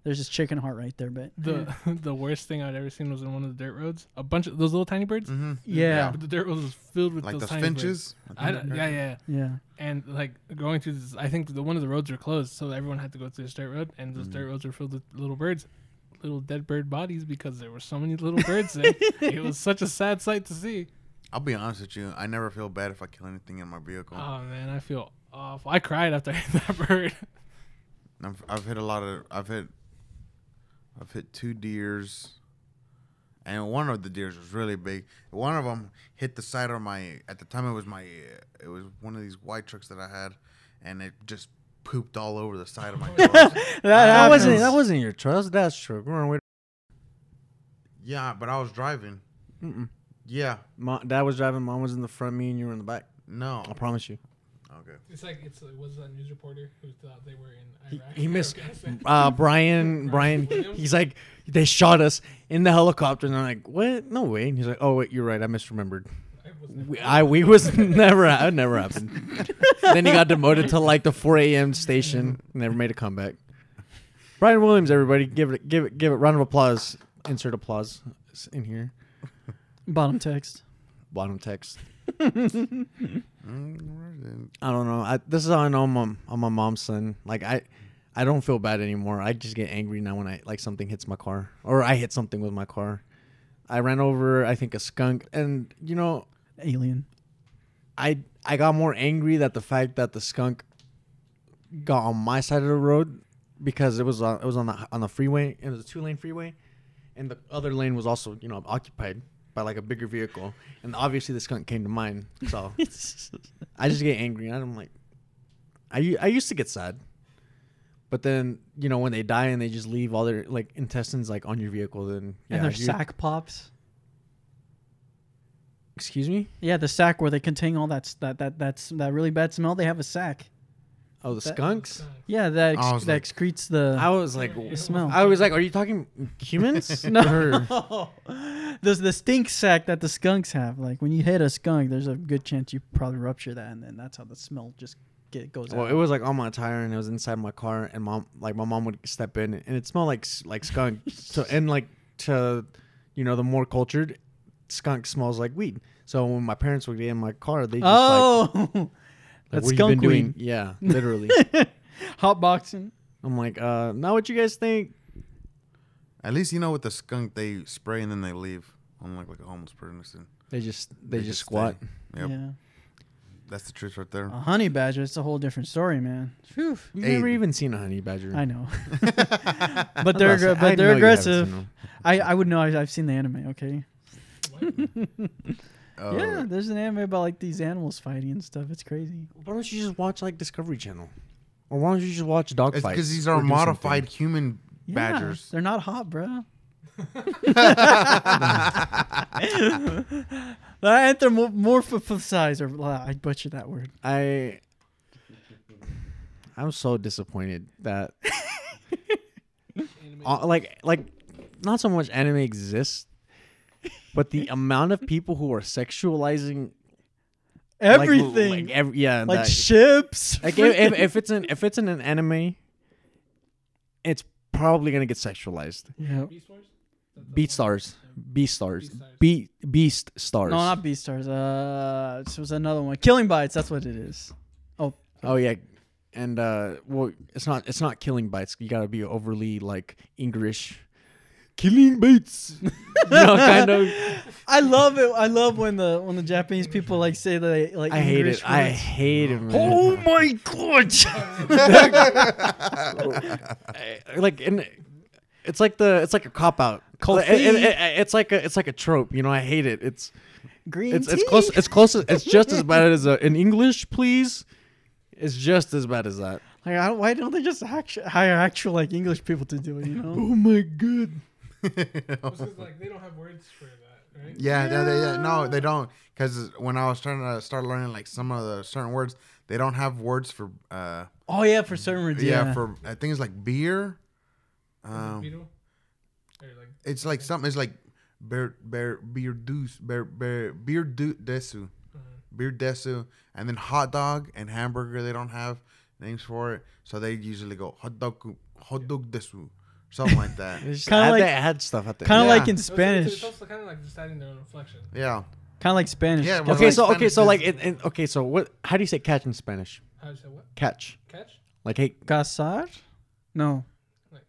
Speaker 2: there's this chicken heart right there but
Speaker 4: the the worst thing I'd ever seen was in one of the dirt roads. A bunch of those little tiny birds.
Speaker 3: Mhm.
Speaker 2: Mm. yeah
Speaker 4: But the dirt road was filled with
Speaker 3: like
Speaker 4: those
Speaker 3: those
Speaker 4: tiny birds.
Speaker 3: finches.
Speaker 4: I don't- yeah, yeah.
Speaker 2: yeah
Speaker 4: And like going through this, I think the one of the roads were closed, so everyone had to go through this dirt road, and those
Speaker 1: Mm-hmm.
Speaker 4: dirt roads were filled with little birds, little dead bird bodies, because there were so many little birds there. It was such a sad sight to see.
Speaker 3: I'll be honest with you. I never feel bad if I kill anything in my vehicle.
Speaker 1: Uh,
Speaker 4: Oh man, I feel awful. I cried after I hit that bird.
Speaker 3: I've, I've hit a lot of. I've hit. I've hit two deers, and one of the deers was really big. One of them hit the side of my. At the time, it was my. It was one of these white trucks that I had, and it just pooped all over the side of my. car.
Speaker 2: that,
Speaker 1: That
Speaker 2: happens.
Speaker 1: wasn't that wasn't your truck. That was dad's truck. We're on way.
Speaker 3: yeah, but I was driving.
Speaker 1: Mm-mm.
Speaker 3: Yeah,
Speaker 1: Mo- dad was driving. Mom was in the front. Me and you were in the back.
Speaker 3: no.
Speaker 1: I promise you.
Speaker 3: Okay.
Speaker 4: It's like it's like, was that news reporter who thought they were in
Speaker 1: He,
Speaker 4: Iraq.
Speaker 1: he
Speaker 4: or
Speaker 1: missed
Speaker 4: Afghanistan.
Speaker 1: uh, Brian. Brian.
Speaker 4: Williams?
Speaker 1: He's like, they shot us in the helicopter, and I'm like, what? No way. And he's like, oh wait, you're right. I misremembered.
Speaker 4: I was never-
Speaker 1: We, I we was never. It never happened. then he got demoted to like the 4 a.m. station. Never made a comeback. Brian Williams, everybody, give it give it give it round of applause. Insert applause in here.
Speaker 2: bottom text
Speaker 1: Bottom text.
Speaker 3: Mm, where is it?
Speaker 1: I don't know. I, this is how I know I'm, i I'm my mom's son. Like I, I don't feel bad anymore. I just get angry now when I like something hits my car or I hit something with my car. I ran over, I think, a skunk, and you know,
Speaker 2: alien
Speaker 1: I I got more angry that the fact that the skunk got on my side of the road because it was on it was on the on the freeway. It was a two lane freeway, and the other lane was also you know occupied by like a bigger vehicle, and obviously the skunk came to mine. So I just get angry, and I'm like, I u- I used to get sad, but then you know when they die and they just leave all their like intestines like on your vehicle, then yeah,
Speaker 2: and their
Speaker 1: you-
Speaker 2: sack pops
Speaker 1: Excuse me.
Speaker 2: yeah the sack where they contain all that s- that that that's that really bad smell they have a sack
Speaker 1: Oh, the
Speaker 2: That- Uh,
Speaker 1: skunks.
Speaker 2: Yeah, that,
Speaker 3: I
Speaker 2: ex-
Speaker 3: was
Speaker 2: that
Speaker 3: like-
Speaker 2: excretes the,
Speaker 1: I was like,
Speaker 2: the smell.
Speaker 1: I was like, are you talking humans? Or-
Speaker 2: no, there's the stink sack that the skunks have. Like when you hit a skunk, there's a good chance you probably rupture that, and then that's how the smell just get goes
Speaker 1: Well,
Speaker 2: out.
Speaker 1: it was like on my tire, and it was inside my car, and mom, like my mom would step in, and it smelled like s- like skunk. so and like to, you know, the more cultured, skunk smells like weed. So when my parents would get in my car, they just like,
Speaker 2: oh,
Speaker 1: like,
Speaker 2: that's
Speaker 1: what
Speaker 2: skunk
Speaker 1: have you been doing?
Speaker 2: weed.
Speaker 1: Yeah, literally.
Speaker 2: hot boxing.
Speaker 1: I'm like, uh, not what you guys think.
Speaker 3: At least you know with the skunk they spray and then they leave. Unlike like a homeless person.
Speaker 1: They just they, just,
Speaker 3: stay.
Speaker 1: squat.
Speaker 3: Yep.
Speaker 2: Yeah,
Speaker 3: That's the truth right there.
Speaker 2: a honey badger. It's a whole different story, man. Phew. e-
Speaker 1: You've
Speaker 3: Hey.
Speaker 1: never even seen a honey badger.
Speaker 2: I know, but they're aggr- but they're aggressive. I, I would know. I, I've seen the anime. Okay.
Speaker 3: Uh,
Speaker 1: Oh,
Speaker 2: yeah, there's an anime about like these animals fighting and stuff. It's crazy.
Speaker 1: Why don't you just watch like Discovery Channel, or why don't you just watch dog
Speaker 3: It's
Speaker 1: fights?
Speaker 3: because these
Speaker 1: or
Speaker 3: are
Speaker 1: do something?
Speaker 3: modified human
Speaker 2: Yeah,
Speaker 3: badgers.
Speaker 2: They're not hot, bruh. the anthropomorphize, or uh, I butchered that word.
Speaker 1: I I'm so disappointed that uh, like like not so much anime exists, but the amount of people who are sexualizing like, l-
Speaker 2: Everything,
Speaker 1: like,
Speaker 2: like,
Speaker 1: every, yeah, that-
Speaker 2: ships.
Speaker 1: like if,
Speaker 2: freaking-
Speaker 1: if, if it's an if it's in an anime, it's probably gonna get sexualized.
Speaker 2: yeah.
Speaker 1: Beat stars, beat stars, beat beast stars.
Speaker 2: No, not Beastars. Uh, this was another one. Killing Bites. That's what it is.
Speaker 1: Oh yeah, and uh, well, it's not it's not killing bites. You gotta be overly like English. Killing bites, you know, kind of.
Speaker 2: I love it. I love when the when the Japanese people like say that they like.
Speaker 1: I hate
Speaker 2: English
Speaker 1: it. I
Speaker 2: words.
Speaker 1: hate it, man.
Speaker 2: Oh my god!
Speaker 1: I- like, and it's like the it's like a cop out.
Speaker 2: Coffee.
Speaker 1: Like, it- it- it- it's like a it's like a trope. You know, I hate it. It's
Speaker 2: Green
Speaker 1: it's it's
Speaker 2: tea?
Speaker 1: close. It's close. It's just as bad as a, in English, please. It's just as bad as that.
Speaker 2: Like, I don't, why don't they just actu- hire actual like English people to do it? You know.
Speaker 1: Oh my god.
Speaker 4: like they don't have words for that, right?
Speaker 3: Yeah, no, they, yeah, no, they don't. Because when I was trying to start learning like some of the certain words, they don't have words for. uh
Speaker 2: Oh yeah, for certain reasons.
Speaker 3: Yeah, for I think it's like beer. Um,
Speaker 4: Beetle? Or like
Speaker 3: it's like something. It's like beer, beer, beer deuce, beer, beer, beer du- desu, beer desu, and then hot dog and hamburger. They don't have names for it, so they usually go hot dog, hot dog desu, something like that.
Speaker 1: It's just
Speaker 2: Kinda
Speaker 1: add
Speaker 2: like-
Speaker 1: that add stuff at the
Speaker 2: kind of
Speaker 1: end.
Speaker 3: Yeah.
Speaker 2: like in
Speaker 4: So it's-
Speaker 2: Spanish.
Speaker 4: It's also kind of like just adding their own inflection.
Speaker 3: Yeah,
Speaker 2: Kind of like Spanish.
Speaker 3: Yeah,
Speaker 2: Kinda
Speaker 3: well,
Speaker 1: Okay,
Speaker 3: like
Speaker 1: so okay,
Speaker 3: Spanish
Speaker 1: so like
Speaker 3: is-
Speaker 1: in, in, okay, so what? How do you say catch in Spanish?
Speaker 4: How do you say what?
Speaker 1: Catch,
Speaker 4: Catch?
Speaker 1: like hey,
Speaker 2: Cazar? No.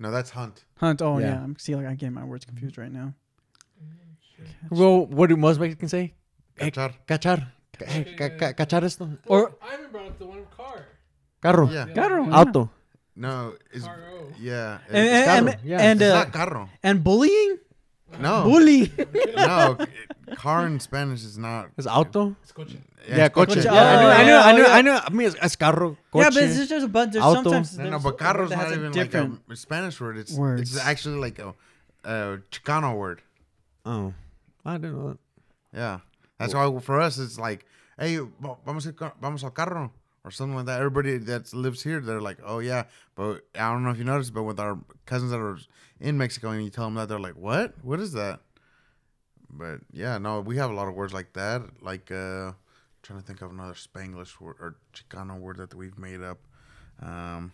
Speaker 3: no, that's hunt.
Speaker 2: Hunt. Oh, yeah.
Speaker 1: Yeah.
Speaker 2: I'm see like I get my words confused right now.
Speaker 1: well, what do most Mexicans say?
Speaker 2: Eh,
Speaker 1: Hey,
Speaker 3: Cachar.
Speaker 1: Cachar, Ca- hey, ca- ca- cachar esto,
Speaker 2: Or-
Speaker 4: I remember the one with car.
Speaker 1: carro,
Speaker 3: Yeah,
Speaker 2: Carro. yeah.
Speaker 1: auto.
Speaker 3: no, it's
Speaker 4: R.O..
Speaker 3: yeah, it's,
Speaker 2: And and
Speaker 1: carro,
Speaker 2: and,
Speaker 1: yeah.
Speaker 2: and,
Speaker 3: it's
Speaker 2: uh,
Speaker 3: not carro.
Speaker 2: and bullying.
Speaker 3: No,
Speaker 2: Bully.
Speaker 3: no, c- car in Spanish is not.
Speaker 1: It's auto.
Speaker 4: It's uh, coaching.
Speaker 1: Yeah, coche.
Speaker 2: coche.
Speaker 1: Yeah, I knew, I knew,
Speaker 2: Oh, yeah.
Speaker 1: I knew, I knew. I mean, it's, it's carro, coche.
Speaker 2: Yeah, but it's just, there's a bunch. There's
Speaker 1: Auto.
Speaker 2: sometimes
Speaker 3: No, no,
Speaker 2: there's
Speaker 3: but
Speaker 2: a word
Speaker 3: carro's
Speaker 2: that has
Speaker 3: not
Speaker 2: a
Speaker 3: even
Speaker 2: different.
Speaker 3: like a Spanish word. It's
Speaker 2: words.
Speaker 3: it's actually like a, a Chicano word.
Speaker 1: Oh, I didn't know that.
Speaker 3: Yeah, that's why for us it's like, hey, va- vamos al ca- vamos al carro or something like that. Everybody that lives here, they're like, oh yeah, but I don't know if you noticed, but with our cousins that are in Mexico, and you tell them that, they're like, what? What is that? But yeah, no, we have a lot of words like that. Like, uh, trying to think of another Spanglish word or Chicano word that we've made up. Um,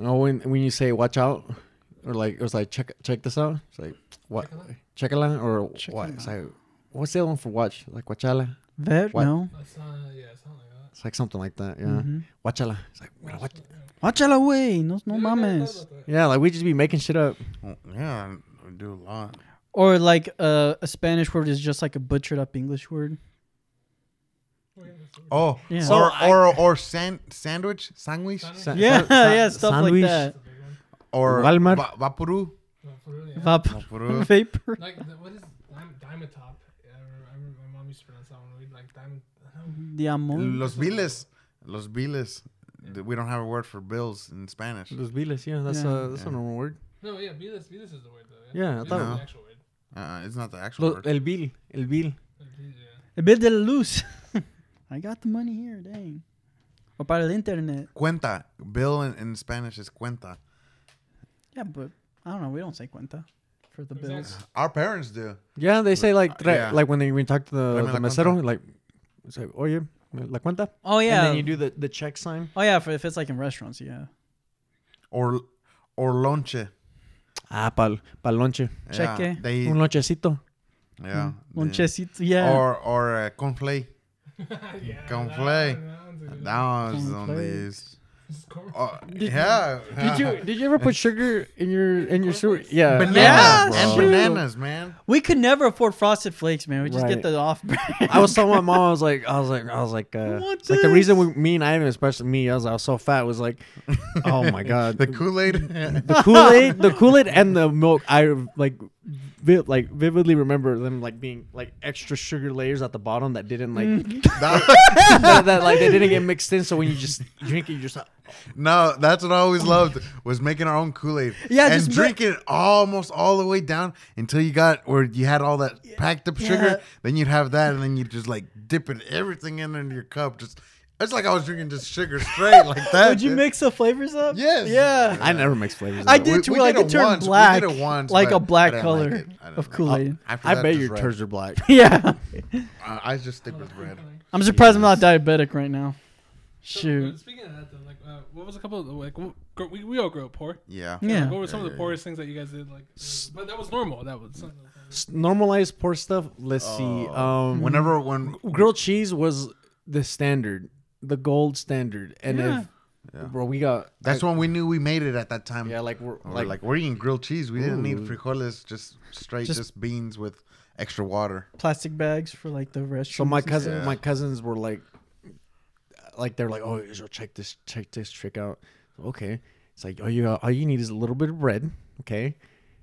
Speaker 1: Oh, when when you say watch out, or like it was like check check this out. It's like what checala or what? It's like what's the other one for watch? Like guachala.
Speaker 2: Ver?
Speaker 1: What?
Speaker 2: No.
Speaker 4: It's not, yeah, it's not like that.
Speaker 1: It's like something like that. Yeah,
Speaker 2: Mm-hmm.
Speaker 1: guachala. It's like mira, watch.
Speaker 2: Watch out away. No, no
Speaker 4: Yeah, I never
Speaker 2: mames.
Speaker 4: thought about that.
Speaker 1: Yeah, like we just be making shit up.
Speaker 3: well, yeah, we do a lot.
Speaker 2: Or like uh, a Spanish word is just like a butchered up English word.
Speaker 3: Oh,
Speaker 2: Yeah.
Speaker 1: So
Speaker 3: or,
Speaker 1: I-
Speaker 3: or or san- sandwich, sandwich,
Speaker 1: Sa-
Speaker 2: Yeah,
Speaker 1: sa-
Speaker 2: yeah, stuff
Speaker 1: sandwich.
Speaker 2: like that.
Speaker 4: That's a big one.
Speaker 3: or
Speaker 1: Walmart.
Speaker 3: va- vapuru.
Speaker 4: No, for real, yeah.
Speaker 2: Vapor.
Speaker 3: Vapuru.
Speaker 2: Vapor.
Speaker 4: Like, the, what is dim- Dimetop? Yeah, I remember, I remember my mom used to pronounce that one. We'd like diamond.
Speaker 2: The amor.
Speaker 3: Los biles, los biles. Th- We don't have a word for bills in Spanish.
Speaker 1: Los biles, yeah, that's
Speaker 2: Yeah.
Speaker 1: a that's a
Speaker 3: Yeah.
Speaker 1: normal word.
Speaker 4: No, yeah, Beavis. Beavis is the word, though.
Speaker 1: Yeah, I
Speaker 4: It's
Speaker 1: thought-
Speaker 4: not
Speaker 3: No.
Speaker 4: the actual word.
Speaker 3: Uh, it's not the actual
Speaker 1: Lo,
Speaker 3: word.
Speaker 1: el bill, el bill.
Speaker 4: Yeah.
Speaker 2: A bit de la luz. I got the money here. Dang. Or para el internet.
Speaker 3: Cuenta. Bill in, in Spanish is cuenta.
Speaker 2: Yeah, but I don't know. We don't say cuenta for the
Speaker 4: Exactly.
Speaker 2: bills.
Speaker 3: Our parents do.
Speaker 1: Yeah, they say like tre-
Speaker 3: yeah.
Speaker 1: like when they when you talk to the,
Speaker 3: Dame la
Speaker 1: the mesero, like say, oye, la cuenta.
Speaker 2: Oh yeah.
Speaker 1: And then you do the, the check sign.
Speaker 2: oh yeah. For if it's like in restaurants, yeah.
Speaker 3: Or or lonche.
Speaker 1: Ah, pal pal lonche.
Speaker 3: Yeah,
Speaker 2: Cheque.
Speaker 3: they
Speaker 1: Un lonchecito.
Speaker 3: yeah.
Speaker 2: Un
Speaker 3: they-
Speaker 2: chesito. Yeah.
Speaker 3: Or or uh, conflay.
Speaker 4: yeah,
Speaker 3: Conflay.
Speaker 4: that one's a good one.
Speaker 3: That was on
Speaker 2: Conflay.
Speaker 3: these.
Speaker 4: It's corn-
Speaker 3: Oh, yeah.
Speaker 1: Did you did you ever put sugar in your in your sewer? Yeah.
Speaker 3: bananas
Speaker 2: Yeah,
Speaker 3: and
Speaker 2: bro.
Speaker 3: bananas, man?
Speaker 2: we could never afford frosted flakes, man. We just
Speaker 1: Right.
Speaker 2: get the off brand.
Speaker 1: I was telling my mom, I was like, I was like, I was like, uh,
Speaker 2: want
Speaker 1: it's like the
Speaker 2: this.
Speaker 1: reason we, me and Ivan, especially me, I was, I was so fat, was like, oh my god,
Speaker 3: The Kool Aid.
Speaker 1: the Kool Aid, the Kool Aid, and the milk. I like, vi- like vividly remember them like being like extra sugar layers at the bottom that didn't
Speaker 2: Mm.
Speaker 1: like that, that like they didn't get mixed in. So when you just drink it, you just like,
Speaker 3: No, that's what I always loved was making our own Kool Aid.
Speaker 2: Yeah,
Speaker 3: and
Speaker 2: just mi-
Speaker 3: drinking it almost all the way down until you got where you had all that packed up sugar.
Speaker 2: Yeah.
Speaker 3: Then you'd have that, and then you would just like dipping everything in into your cup. Just it's like I was drinking just sugar straight like that.
Speaker 2: Would you
Speaker 3: dude.
Speaker 2: mix the flavors up?
Speaker 3: Yes.
Speaker 2: Yeah.
Speaker 1: I never mix flavors.
Speaker 2: I
Speaker 1: up.
Speaker 2: did
Speaker 3: We-
Speaker 2: too.
Speaker 3: we
Speaker 2: like
Speaker 3: did
Speaker 2: it
Speaker 3: it
Speaker 2: turned
Speaker 3: once. We
Speaker 2: black,
Speaker 3: did it once,
Speaker 2: like a
Speaker 3: but
Speaker 2: black
Speaker 3: I didn't like
Speaker 2: color
Speaker 3: it. I
Speaker 2: of
Speaker 3: didn't like it.
Speaker 2: Kool Aid.
Speaker 3: After
Speaker 1: I
Speaker 3: that,
Speaker 1: bet
Speaker 3: just
Speaker 1: your
Speaker 3: red.
Speaker 1: turds are black.
Speaker 2: Yeah,
Speaker 3: I, I just stick with red.
Speaker 2: I'm surprised I'm not diabetic right now.
Speaker 4: So, uh,
Speaker 2: Shoot.
Speaker 4: Speaking of that, though, like, uh, what was a couple of like w- gr- we, we all grew up poor.
Speaker 3: Yeah. Mm.
Speaker 2: Yeah.
Speaker 4: Like, what were some of the poorest things that you guys did? Like, uh, but that was normal. That was.
Speaker 1: S- Normalized poor stuff. Let's see.
Speaker 3: Oh.
Speaker 1: Um,
Speaker 3: Whenever when
Speaker 1: grilled cheese was the standard, the gold standard, and
Speaker 2: Yeah.
Speaker 1: if bro, we got
Speaker 3: that's when we knew we made it at that time.
Speaker 1: yeah, like we're
Speaker 3: Like,
Speaker 1: like,
Speaker 3: like we're eating grilled cheese. We didn't need
Speaker 1: Ooh.
Speaker 3: frijoles, just straight,
Speaker 2: Just-
Speaker 3: just beans with extra water.
Speaker 2: Plastic bags for like the
Speaker 1: so
Speaker 2: restaurant.
Speaker 1: my cousin
Speaker 3: Yeah.
Speaker 1: my cousins were like like they're like oh Israel check this check this trick out okay it's like all you all you need is a little bit of bread okay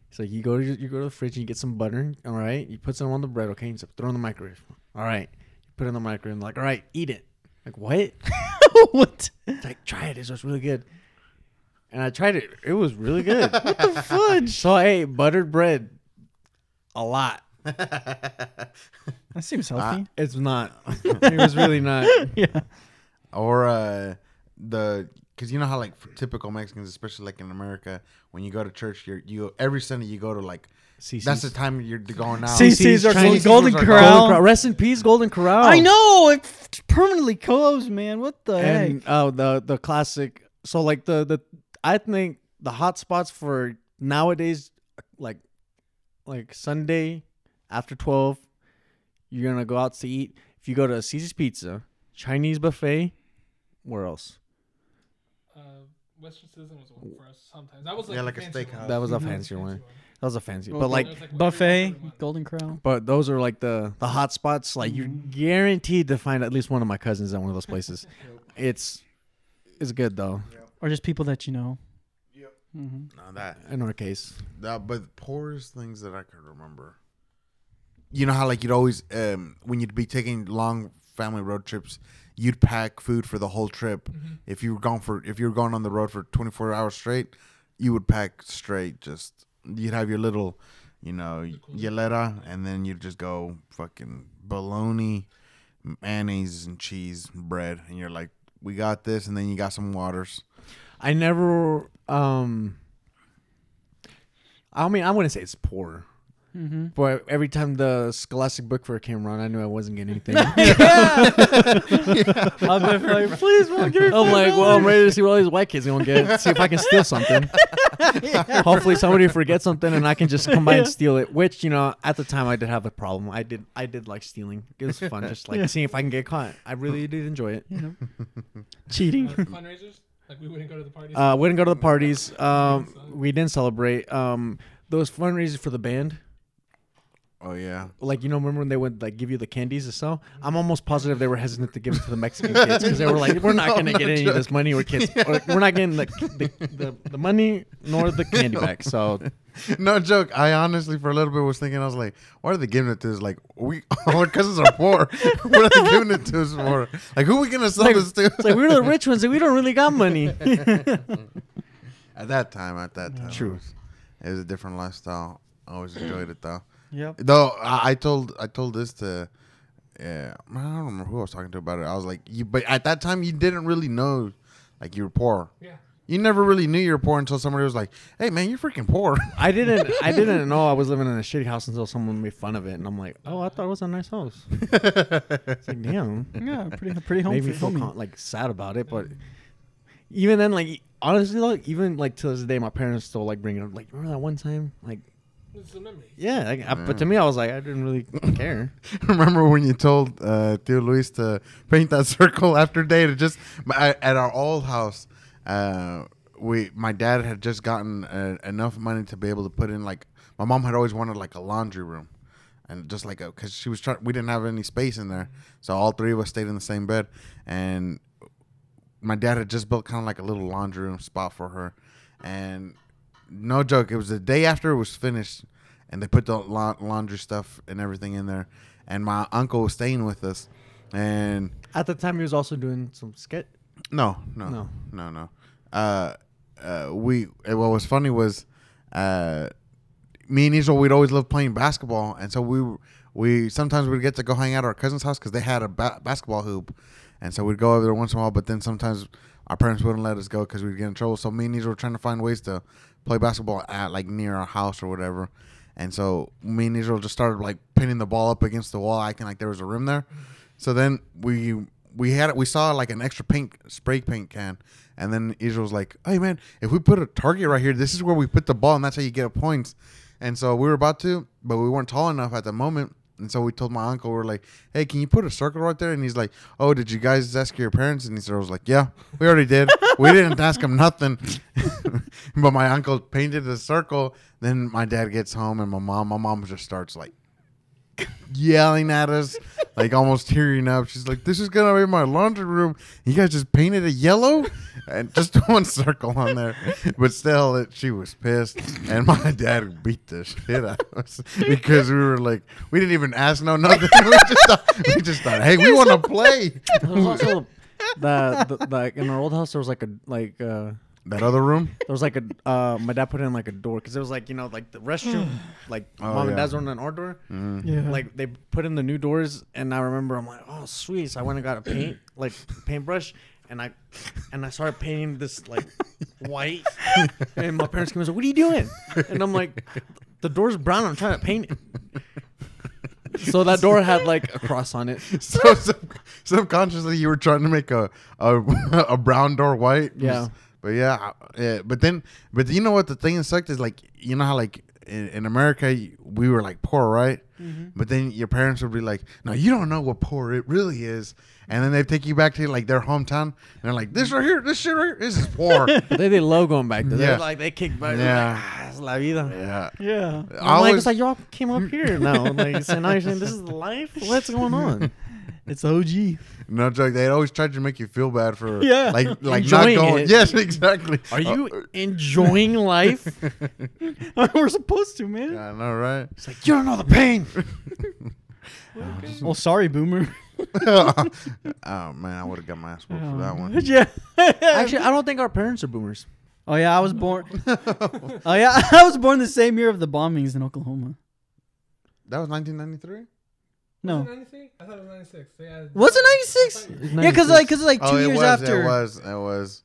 Speaker 1: it's like you go to your- you go to the fridge and you get some butter all right you put some on the bread okay you throw it in the microwave all right you put it in the microwave like all right eat it like what
Speaker 2: what?
Speaker 1: it's like try it Israel it's really good and I tried it it was really good
Speaker 2: The fudge.
Speaker 1: so I ate buttered bread a lot
Speaker 2: That seems healthy.
Speaker 1: it's not it was really not
Speaker 2: yeah.
Speaker 3: or uh the because you know how like for typical Mexicans, especially like in America, when you go to church, you're you every Sunday you go to like
Speaker 1: CC's.
Speaker 3: that's the time you're going out.
Speaker 2: CC's are
Speaker 1: Chinese
Speaker 2: closed. Golden
Speaker 3: people are
Speaker 2: Corral.
Speaker 1: Golden Corral. Rest in peace, Golden Corral.
Speaker 2: I know it f- permanently closed, man. What the
Speaker 1: And
Speaker 2: heck?
Speaker 1: oh, the the classic. So like the the I think the hot spots for nowadays, like like Sunday after twelve, you're gonna go out to eat. If you go to Caesar's Pizza, Chinese buffet, where else?
Speaker 4: Uh, Western Citizen was one for us sometimes. That was like
Speaker 3: Yeah,
Speaker 4: the
Speaker 3: like a
Speaker 4: fancy
Speaker 3: steakhouse.
Speaker 4: one.
Speaker 1: That was a
Speaker 4: Mhm.
Speaker 1: fancier one. That was a fancy,
Speaker 2: Well,
Speaker 1: but like.
Speaker 4: That was, what
Speaker 2: Buffet,
Speaker 4: every month.
Speaker 2: Golden Crown.
Speaker 1: But those are like the the hot spots. Like you're guaranteed to find at least one of my cousins at one of those places. it's it's good though.
Speaker 2: Or just people that you know. hmm
Speaker 3: No, that,
Speaker 1: In our case,
Speaker 3: that but the poorest things that I could remember. You know how like you'd always um when you'd be taking long family road trips, you'd pack food for the whole trip. If you were gone for if you were going on the road for twenty four hours straight, you would pack straight. Just you'd have your little, you know, yeleta, and then you'd just go fucking bologna, mayonnaise and cheese, bread, and you're like, we got this, and then you got some waters.
Speaker 1: I never. um I mean, I wouldn't say it's poor,
Speaker 2: Mm-hmm.
Speaker 1: but every time the Scholastic Book Fair came around, I knew I wasn't getting anything. I'm
Speaker 2: I'll be like, please, mom, give me
Speaker 1: like, well, I'm ready to see what all these white kids are gonna get. See if I can steal something. Hopefully, somebody forgets something and I can just come by and steal it. Which, you know, at the time, I did have a problem. I did, I did like stealing. It was fun, just like seeing if I can get caught. I really did enjoy it.
Speaker 2: cheating.
Speaker 4: Like fundraisers, like we wouldn't go to the parties.
Speaker 1: Uh, we didn't go to the parties. Um, we didn't celebrate. Um, those fundraisers for the band.
Speaker 3: Oh yeah,
Speaker 1: like you know remember when they would like give you the candies to sell i'm almost positive they were hesitant to give it to the mexican kids because they were like we're not
Speaker 3: No,
Speaker 1: going to
Speaker 3: no
Speaker 1: get any of this money or kids or, we're not getting the, the, the, the money nor the candy back so
Speaker 3: no joke. I honestly, for a little bit, was thinking I was like, "Why are they giving it to us? Like, we our cousins are poor. what are they giving it to us for? Like, who are we gonna sell
Speaker 1: like,
Speaker 3: this to?"
Speaker 1: it's like we're the rich ones and we don't really got money
Speaker 3: At that time, at that time,
Speaker 1: True.
Speaker 3: it was, it was a different lifestyle. I always enjoyed it though.
Speaker 2: Yep.
Speaker 3: Though I, I told I told this to yeah, I don't remember who I was talking to about it. I was like, you, but at that time you didn't really know, like you were poor.
Speaker 4: Yeah.
Speaker 3: You never really knew you were poor until somebody was like, "Hey, man, you're freaking poor."
Speaker 1: I didn't. I didn't know I was living in a shitty house until someone made fun of it, and I'm like, "Oh, I thought it was a nice house." It's like, damn,
Speaker 2: Yeah, pretty pretty home
Speaker 1: made me feel con- like sad about it. But even then, like honestly, like even like to this day, my parents still like bring it up. Like, remember that one time? Like,
Speaker 4: It's a memory.
Speaker 1: yeah. Like, I, but to me, I was like, I didn't really care.
Speaker 3: Remember when you told uh, Theo Luis to paint that circle after day to just I, at our old house? Uh, we my dad had just gotten uh, enough money to be able to put in like my mom had always wanted like a laundry room, and just like because she was trying we didn't have any space in there, so all three of us stayed in the same bed, and my dad had just built kind of like a little laundry room spot for her, and no joke, it was the day after it was finished, and they put the la- laundry stuff and everything in there, and my uncle was staying with us, and
Speaker 1: At the time, he was also doing some skit.
Speaker 3: no, no,
Speaker 1: No.
Speaker 3: no, no, no. Uh, uh, we uh, what was funny was, uh, me and Israel we'd always love playing basketball, and so we were- we sometimes we'd get to go hang out at our cousin's house because they had a ba- basketball hoop, and so we'd go over there once in a while. But then sometimes our parents wouldn't let us go because we'd get in trouble. So me and Israel were trying to find ways to play basketball at like near our house or whatever. And so me and Israel just started like pinning the ball up against the wall, acting like there was a room there. So then we we had we saw like an extra paint spray paint can, and then Israel was like, "Hey man, if we put a target right here, this is where we put the ball, and that's how you get points." And so we were about to, but we weren't tall enough at the moment. And so we told my uncle, we are like, "Hey, can you put a circle right there?" And he's like, "Oh, did you guys ask your parents?" And Israel was like, "Yeah, we already did. we didn't ask them nothing." but my uncle painted the circle. Then my dad gets home, and my mom, my mom just starts like yelling at us, like almost tearing up. She's like, "This is gonna be my laundry room. You guys just painted it yellow, and just one circle on there." But still, it, she was pissed, and my dad beat the shit out of us because we were like, we didn't even ask no nothing. We just thought, we just thought hey, we want to play.
Speaker 1: There was also the, the like in our old house, there was like a like. uh
Speaker 3: That other room,
Speaker 1: There was like a uh, my dad put in like a door because it was like you know like the restroom like
Speaker 3: Oh,
Speaker 1: mom and
Speaker 3: yeah. Mm-hmm.
Speaker 1: dad's room and our door
Speaker 2: Yeah.
Speaker 1: like they put in the new doors and I remember I'm like oh sweet so I went and got a paint like paintbrush and I and I started painting this like white and my parents came and said what are you doing and I'm like the door's brown I'm trying to paint it so that door had like a cross on it
Speaker 3: so sub- subconsciously you were trying to make a a, a brown door white.
Speaker 1: Yeah.
Speaker 3: But yeah, I- yeah, but then, but you know what? The thing that sucked is like, you know how like in, in America y- we were like poor, right?
Speaker 1: Mm-hmm.
Speaker 3: But then your parents would be like, "No, you don't know what poor it really is," and then they take you back to like their hometown, and they're like, "This right here, this shit right here, this is poor."
Speaker 1: they did low going back there
Speaker 3: Yeah.
Speaker 1: yeah. like they kicked back yeah
Speaker 3: Yeah.
Speaker 1: like, ah, it's la vida
Speaker 3: yeah,
Speaker 2: yeah.
Speaker 1: I'm like, it's like y'all came up here now. Like, so now you're saying this is life? What's going on?
Speaker 2: It's OG.
Speaker 3: No joke. They always tried to make you feel bad for
Speaker 2: Yeah.
Speaker 3: like like not
Speaker 1: Enjoying
Speaker 3: going.
Speaker 1: it.
Speaker 3: Yes, exactly. Oh,
Speaker 1: Are you enjoying life?
Speaker 2: We're supposed to, man.
Speaker 3: I know, right?
Speaker 1: It's like, you don't know the pain.
Speaker 2: Oh, sorry, Boomer.
Speaker 3: oh man, I would have got my ass whooped for that one.
Speaker 2: yeah.
Speaker 1: Actually, I don't think our parents are boomers.
Speaker 2: Oh yeah, I was born. oh yeah, I was born the same year of the bombings in Oklahoma.
Speaker 3: That was 1993.
Speaker 2: No,
Speaker 4: 93? I thought it was 96. So yeah.
Speaker 2: was it '96? Yeah, because like, cause like two
Speaker 3: Oh, it
Speaker 2: years
Speaker 3: was.
Speaker 2: after.
Speaker 3: It was. It was.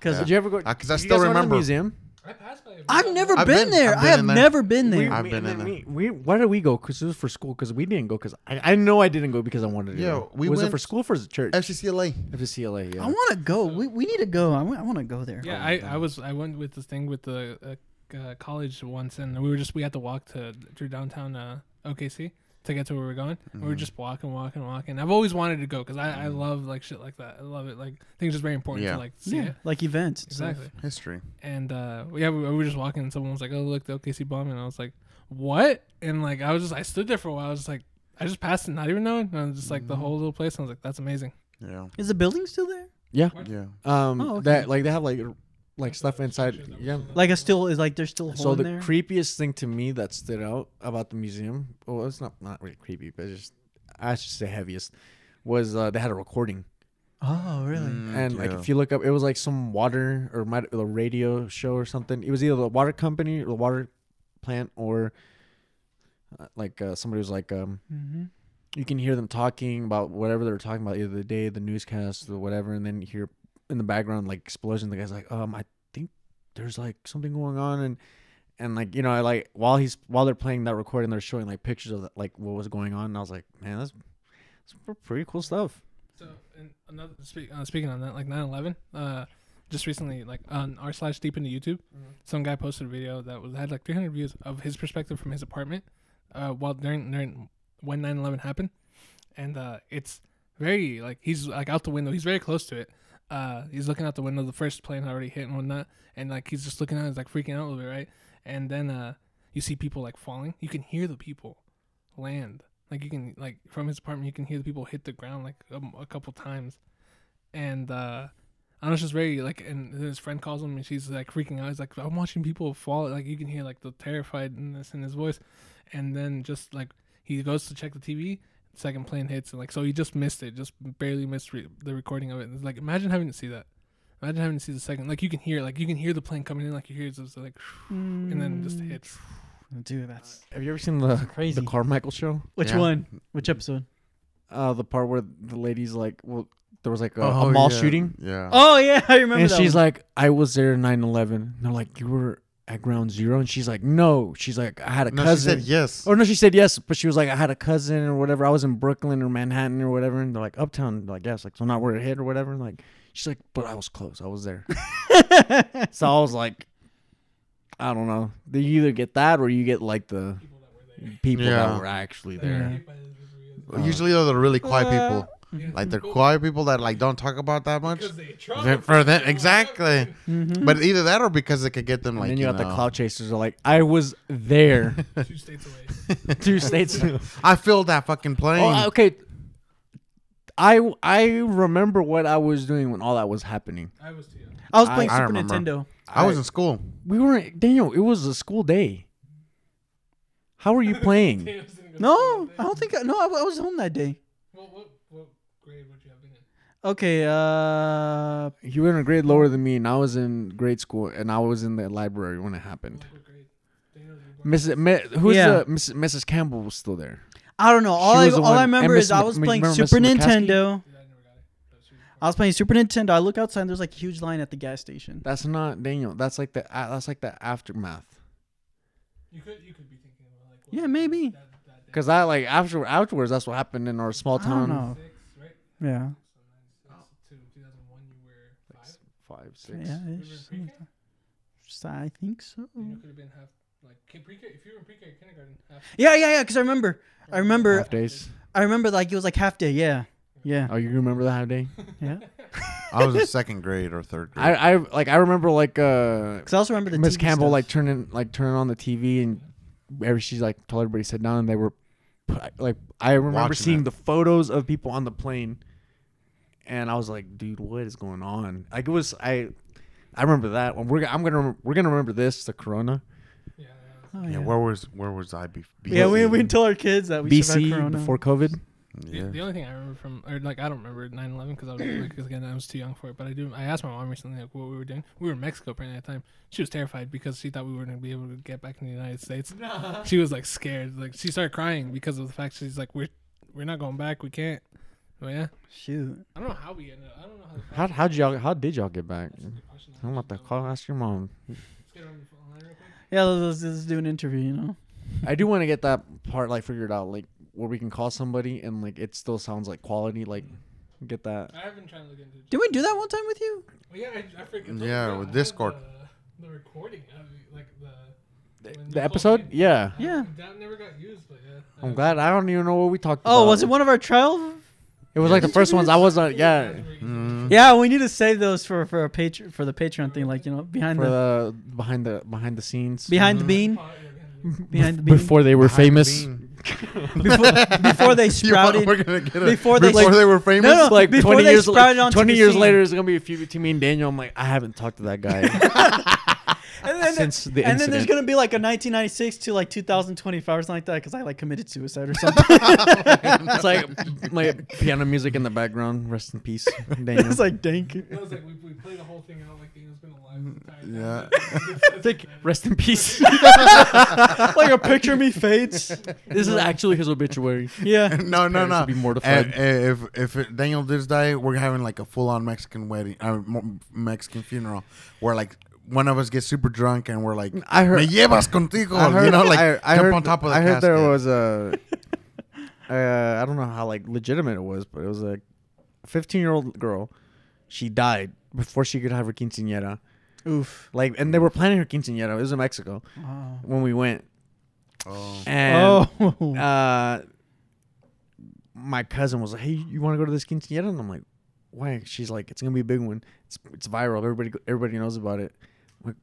Speaker 2: Cause
Speaker 1: Did you ever go?
Speaker 3: Uh, 'cause I
Speaker 1: did you guys go
Speaker 3: still
Speaker 1: to the
Speaker 3: remember.
Speaker 1: museum.
Speaker 4: I passed by it.
Speaker 2: I've never
Speaker 3: I've
Speaker 2: been,
Speaker 3: been-
Speaker 2: there.
Speaker 3: I've
Speaker 2: I
Speaker 3: been
Speaker 2: have
Speaker 3: in there.
Speaker 2: never been there.
Speaker 3: I've been
Speaker 1: and
Speaker 3: in
Speaker 1: then We, we, why did we go? Because it was for school. Because we didn't go. Because I, I know I didn't go because I wanted to.
Speaker 3: Yeah,
Speaker 1: go.
Speaker 3: we
Speaker 1: was it
Speaker 3: went-
Speaker 1: for school or for the church?
Speaker 3: FCCLA.
Speaker 1: FCLA.
Speaker 2: I
Speaker 1: Yeah.
Speaker 2: want to go. We, we need to go. I want to go there.
Speaker 4: Yeah, I, I was I went with this thing with the uh, uh, college once, and we were just we had to walk to through downtown uh, OKC to get to where we were going. and We were just walking, walking, walking. I've always wanted to go because I, I love like shit like that. I love it. Like things is very important
Speaker 3: Yeah.
Speaker 4: to like see
Speaker 2: Yeah,
Speaker 4: it.
Speaker 2: like events. and stuff.
Speaker 4: Exactly.
Speaker 3: History.
Speaker 4: And uh, yeah, we, we were just walking, and someone was like, "Oh, look, the OKC bomb," and I was like, "What?" And like I was just I stood there for a while. I was just like. I just passed it, not even knowing. And I was just like the whole little place. And I was like, "That's amazing."
Speaker 3: Yeah.
Speaker 2: Is the building still there?
Speaker 1: Yeah.
Speaker 3: Yeah.
Speaker 1: Um.
Speaker 2: Oh, okay.
Speaker 1: That like they have like r- like stuff inside. Yeah.
Speaker 2: Like a still is like there's still a hole
Speaker 1: So
Speaker 2: in
Speaker 1: the
Speaker 2: there.
Speaker 1: creepiest thing to me that stood out about the museum, well, it's not not really creepy, but it's just I should say heaviest, was uh, they had a recording,
Speaker 2: oh really?
Speaker 3: Mm,
Speaker 1: and like if you look up, it was like some water or might the radio show or something. It was either the water company or the water plant or uh, like uh, somebody was like um, you can hear them talking about whatever they were talking about, either the day, the newscast, or whatever, and then you hear in the background like explosion. The guy's like, um, I think there's like something going on, and and like you know, I like while he's while they're playing that recording, they're showing like pictures of like what was going on, and I was like, man, that's that's pretty cool stuff.
Speaker 4: So, and another speak, uh, speaking on that, like 9/11, uh, just recently, like on r slash deep into YouTube, some guy posted a video that was had like 300 views of his perspective from his apartment, uh, while during during when 9/11 happened, and uh, it's very like he's like out the window, he's very close to it. Uh, he's looking out the window, the first plane already hit and whatnot, and like he's just looking out, he's like freaking out a little bit, right? And then uh, you see people like falling, you can hear the people land. Like you can like from his apartment, you can hear the people hit the ground like um, a couple times, and uh, I was just very like. And his friend calls him, and she's like freaking out. He's like, "I'm watching people fall." Like you can hear like the terrifiedness in his voice, and then just like he goes to check the TV, second plane hits, and like so he just missed it, just barely missed re- the recording of it. It's like imagine having to see that. Imagine having to see the second. Like you can hear, like you can hear the plane coming in, like you hear it's just like, and then just hits.
Speaker 2: Mm. Dude, that's
Speaker 1: Have you ever seen the
Speaker 2: crazy.
Speaker 1: the Carmichael show?
Speaker 2: Which
Speaker 3: Yeah.
Speaker 2: one? Which episode?
Speaker 1: Uh, the part where the ladies like, well, there was like a,
Speaker 3: Oh,
Speaker 1: a mall
Speaker 3: yeah.
Speaker 1: shooting.
Speaker 3: Yeah.
Speaker 2: Oh yeah, I remember
Speaker 1: and
Speaker 2: that.
Speaker 1: she's
Speaker 2: one.
Speaker 1: like, I was there 9 11. They're like, You were at ground zero? And she's like, No. She's like, I had a
Speaker 3: no,
Speaker 1: cousin. Oh.
Speaker 3: she said yes.
Speaker 1: Or no, she said yes, but she was like, I had a cousin or whatever. I was in Brooklyn or Manhattan or whatever. And they're like, Uptown. They're like, yes. Like, so not where it hit or whatever. And like, she's like, But I was close. I was there. so I was like, I don't know. You either get that or you get like the people
Speaker 3: Yeah.
Speaker 1: that were actually
Speaker 4: Yeah.
Speaker 1: there. Uh,
Speaker 3: Usually those are really quiet
Speaker 2: Uh,
Speaker 3: people. Like they're quiet people that like don't talk about that much.
Speaker 4: Because they tried.
Speaker 3: They're- For them, exactly.
Speaker 2: Mhm.
Speaker 3: But either that or because it could get them
Speaker 1: And
Speaker 3: like
Speaker 1: then you, got the
Speaker 3: know,
Speaker 1: cloud chasers are like, I was there
Speaker 4: two states away.
Speaker 1: two states
Speaker 3: I filled that fucking plane.
Speaker 1: Oh, okay. I I remember what I was doing when all that was happening.
Speaker 4: I was too young.
Speaker 2: I was
Speaker 1: I-
Speaker 2: playing
Speaker 3: I
Speaker 2: Super
Speaker 3: remember.
Speaker 2: Nintendo.
Speaker 3: I, was in school.
Speaker 1: We weren't Daniel. It was a school day. How are you playing?
Speaker 4: I was gonna go-
Speaker 2: No, I don't think. I, no, I, I was home that day.
Speaker 4: What, what, what grade would you have been in?
Speaker 2: Okay. Uh,
Speaker 1: you were in a grade lower than me, and I was in grade school, and I was in the library when it happened.
Speaker 4: What grade? Daniel, you were-
Speaker 1: Mrs. Me, who's
Speaker 2: Yeah.
Speaker 1: the Mrs. Mrs. Campbell was still there.
Speaker 2: I don't know. All
Speaker 1: She
Speaker 2: I
Speaker 1: was the
Speaker 2: all I
Speaker 1: one-
Speaker 2: remember
Speaker 1: and Miss
Speaker 2: is I
Speaker 1: Mc-
Speaker 2: was
Speaker 1: Mc-
Speaker 2: playing
Speaker 1: remember Miss
Speaker 2: Super
Speaker 1: McCaskey?
Speaker 2: Nintendo.
Speaker 4: I never got it. That was- she was-
Speaker 2: I was playing Super Nintendo. I look outside and there's like a huge line at the gas station.
Speaker 1: That's not Daniel. That's like the a- that's like the aftermath.
Speaker 4: You could, you could be thinking about like. what-
Speaker 2: Yeah, maybe.
Speaker 4: That, that day.
Speaker 1: Cause I like after afterwards. That's what happened in our small
Speaker 2: I don't
Speaker 1: town.
Speaker 2: know.
Speaker 4: Six, right?
Speaker 2: Yeah.
Speaker 4: So nine, six, two, 2001, you were
Speaker 1: Like
Speaker 4: five.
Speaker 1: s- Five, six.
Speaker 2: Yeah.
Speaker 4: You were in
Speaker 2: it's-
Speaker 4: pre-K?
Speaker 2: it's- I think so.
Speaker 4: Then you could have been half like ki- pre-K. If you were in pre-K, kindergarten, half.
Speaker 2: Yeah, yeah, yeah. Because I remember, I remember,
Speaker 1: Half days.
Speaker 2: I remember. Like it was like half day. Yeah, yeah,
Speaker 1: Oh, you remember the half day?
Speaker 2: yeah.
Speaker 3: I was in second grade or third grade.
Speaker 1: I I like I remember like uh
Speaker 2: Because I also remember the
Speaker 1: Miss
Speaker 2: TV
Speaker 1: Campbell
Speaker 2: stuff.
Speaker 1: like turning like turning on the TV and every she's like told everybody to sit down and they were pu- like I remember
Speaker 3: Watching
Speaker 1: seeing
Speaker 3: it.
Speaker 1: the photos of people on the plane and I was like dude what is going on like it was I I remember that one we're g- I'm gonna remember, we're gonna remember this the Corona
Speaker 4: Yeah. yeah.
Speaker 2: Oh,
Speaker 3: yeah,
Speaker 2: yeah.
Speaker 3: Where was where was I before?
Speaker 2: Yeah, we we tell our kids that we survived
Speaker 1: BC
Speaker 2: Corona.
Speaker 1: before COVID
Speaker 4: The, the only thing I remember from, or like, I don't remember 9/11 because I was because again I was too young for it. But I do. I asked my mom recently like what we were doing. We were in Mexico during that time. She was terrified because she thought we weren't gonna be able to get back in the United States. She was like scared. Like she started crying because of the fact she's like we're we're not going back. We can't. But yeah,
Speaker 2: Shoot.
Speaker 4: I don't know how we ended up. I don't know how. the-
Speaker 1: how how y'all how did y'all get back
Speaker 4: That's a good question.
Speaker 1: I'm about to call ask your mom
Speaker 4: Let's get her on the phone line real quick.
Speaker 2: Yeah, let's, let's, let's do an interview. You know.
Speaker 1: I do want to get that part like figured out like where we can call somebody and like it still sounds like quality like get that
Speaker 4: I have been trying to look into. it.
Speaker 2: Did we do that one time with you?
Speaker 4: Well, yeah, I, I forget.
Speaker 3: Yeah,
Speaker 4: I
Speaker 3: with
Speaker 4: had
Speaker 3: Discord.
Speaker 4: The, the recording, of, it, like the. when you
Speaker 1: the
Speaker 4: called
Speaker 1: episode
Speaker 4: in.
Speaker 1: yeah
Speaker 4: I-
Speaker 2: Yeah.
Speaker 4: That never got used, but yeah.
Speaker 1: I'm glad I don't even know what we talked about.
Speaker 2: Oh, was it one of our trial?
Speaker 1: It was like the first ones. I was uh, yeah
Speaker 3: Mm.
Speaker 2: Yeah, we need to save those for for a patr for the Patreon thing, like you know, behind
Speaker 1: for
Speaker 2: the,
Speaker 1: the behind the behind the scenes
Speaker 2: behind the
Speaker 4: Mm-hmm.
Speaker 2: bean, behind the bean,
Speaker 1: before they were
Speaker 3: Behind the
Speaker 1: famous.
Speaker 3: bean.
Speaker 2: before, before they
Speaker 3: You want-
Speaker 2: sprouted.
Speaker 3: we're gonna get a-
Speaker 2: before they-
Speaker 3: before they were famous.
Speaker 2: No, no.
Speaker 1: Like
Speaker 2: Before
Speaker 1: twenty
Speaker 2: they
Speaker 1: years,
Speaker 2: sprouted
Speaker 1: like,
Speaker 2: onto
Speaker 1: twenty
Speaker 2: the
Speaker 1: years
Speaker 2: scene.
Speaker 1: later, it's gonna be a feud between me and Daniel. I'm like, I haven't talked to that guy
Speaker 2: and then,
Speaker 1: since the
Speaker 2: and then
Speaker 1: incident.
Speaker 2: there's gonna be like a 1996 to like 2025 or something like that because I like committed suicide or something.
Speaker 1: it's like my piano music in the background. Rest in peace, Daniel.
Speaker 2: it's like dank.
Speaker 4: It was like we, we played the whole thing out like Daniel's been alive. I'm tired.
Speaker 3: Mm, Yeah.
Speaker 1: Think, rest in peace.
Speaker 2: like a picture of me fades.
Speaker 1: this is actually his obituary.
Speaker 2: Yeah.
Speaker 3: no, no,
Speaker 1: Parents
Speaker 3: no.
Speaker 1: would be
Speaker 3: Eh,
Speaker 1: mortified.
Speaker 3: eh, If if, it- Daniel did die, we're having like a full on Mexican wedding, uh, mo- Mexican funeral, where like one of us gets super drunk and we're like,
Speaker 1: I heard-
Speaker 3: me llevas contigo," you know, like
Speaker 1: I, I
Speaker 3: jump
Speaker 1: heard,
Speaker 3: on top of the
Speaker 1: I heard there
Speaker 3: casket.
Speaker 1: was a. uh, I don't know how like legitimate it was, but it was a 15 year old girl. She died before she could have her quinceañera.
Speaker 2: Oof.
Speaker 1: Like, and they were planning her quinceañera. It was in Mexico
Speaker 2: Oh.
Speaker 1: when we went,
Speaker 3: Oh.
Speaker 1: and uh, my cousin was like, "Hey, you want to go to this quinceañera?" And I'm like, "Why?" She's like, "It's gonna be a big one. It's it's viral. Everybody go- everybody knows about it." I'm Like,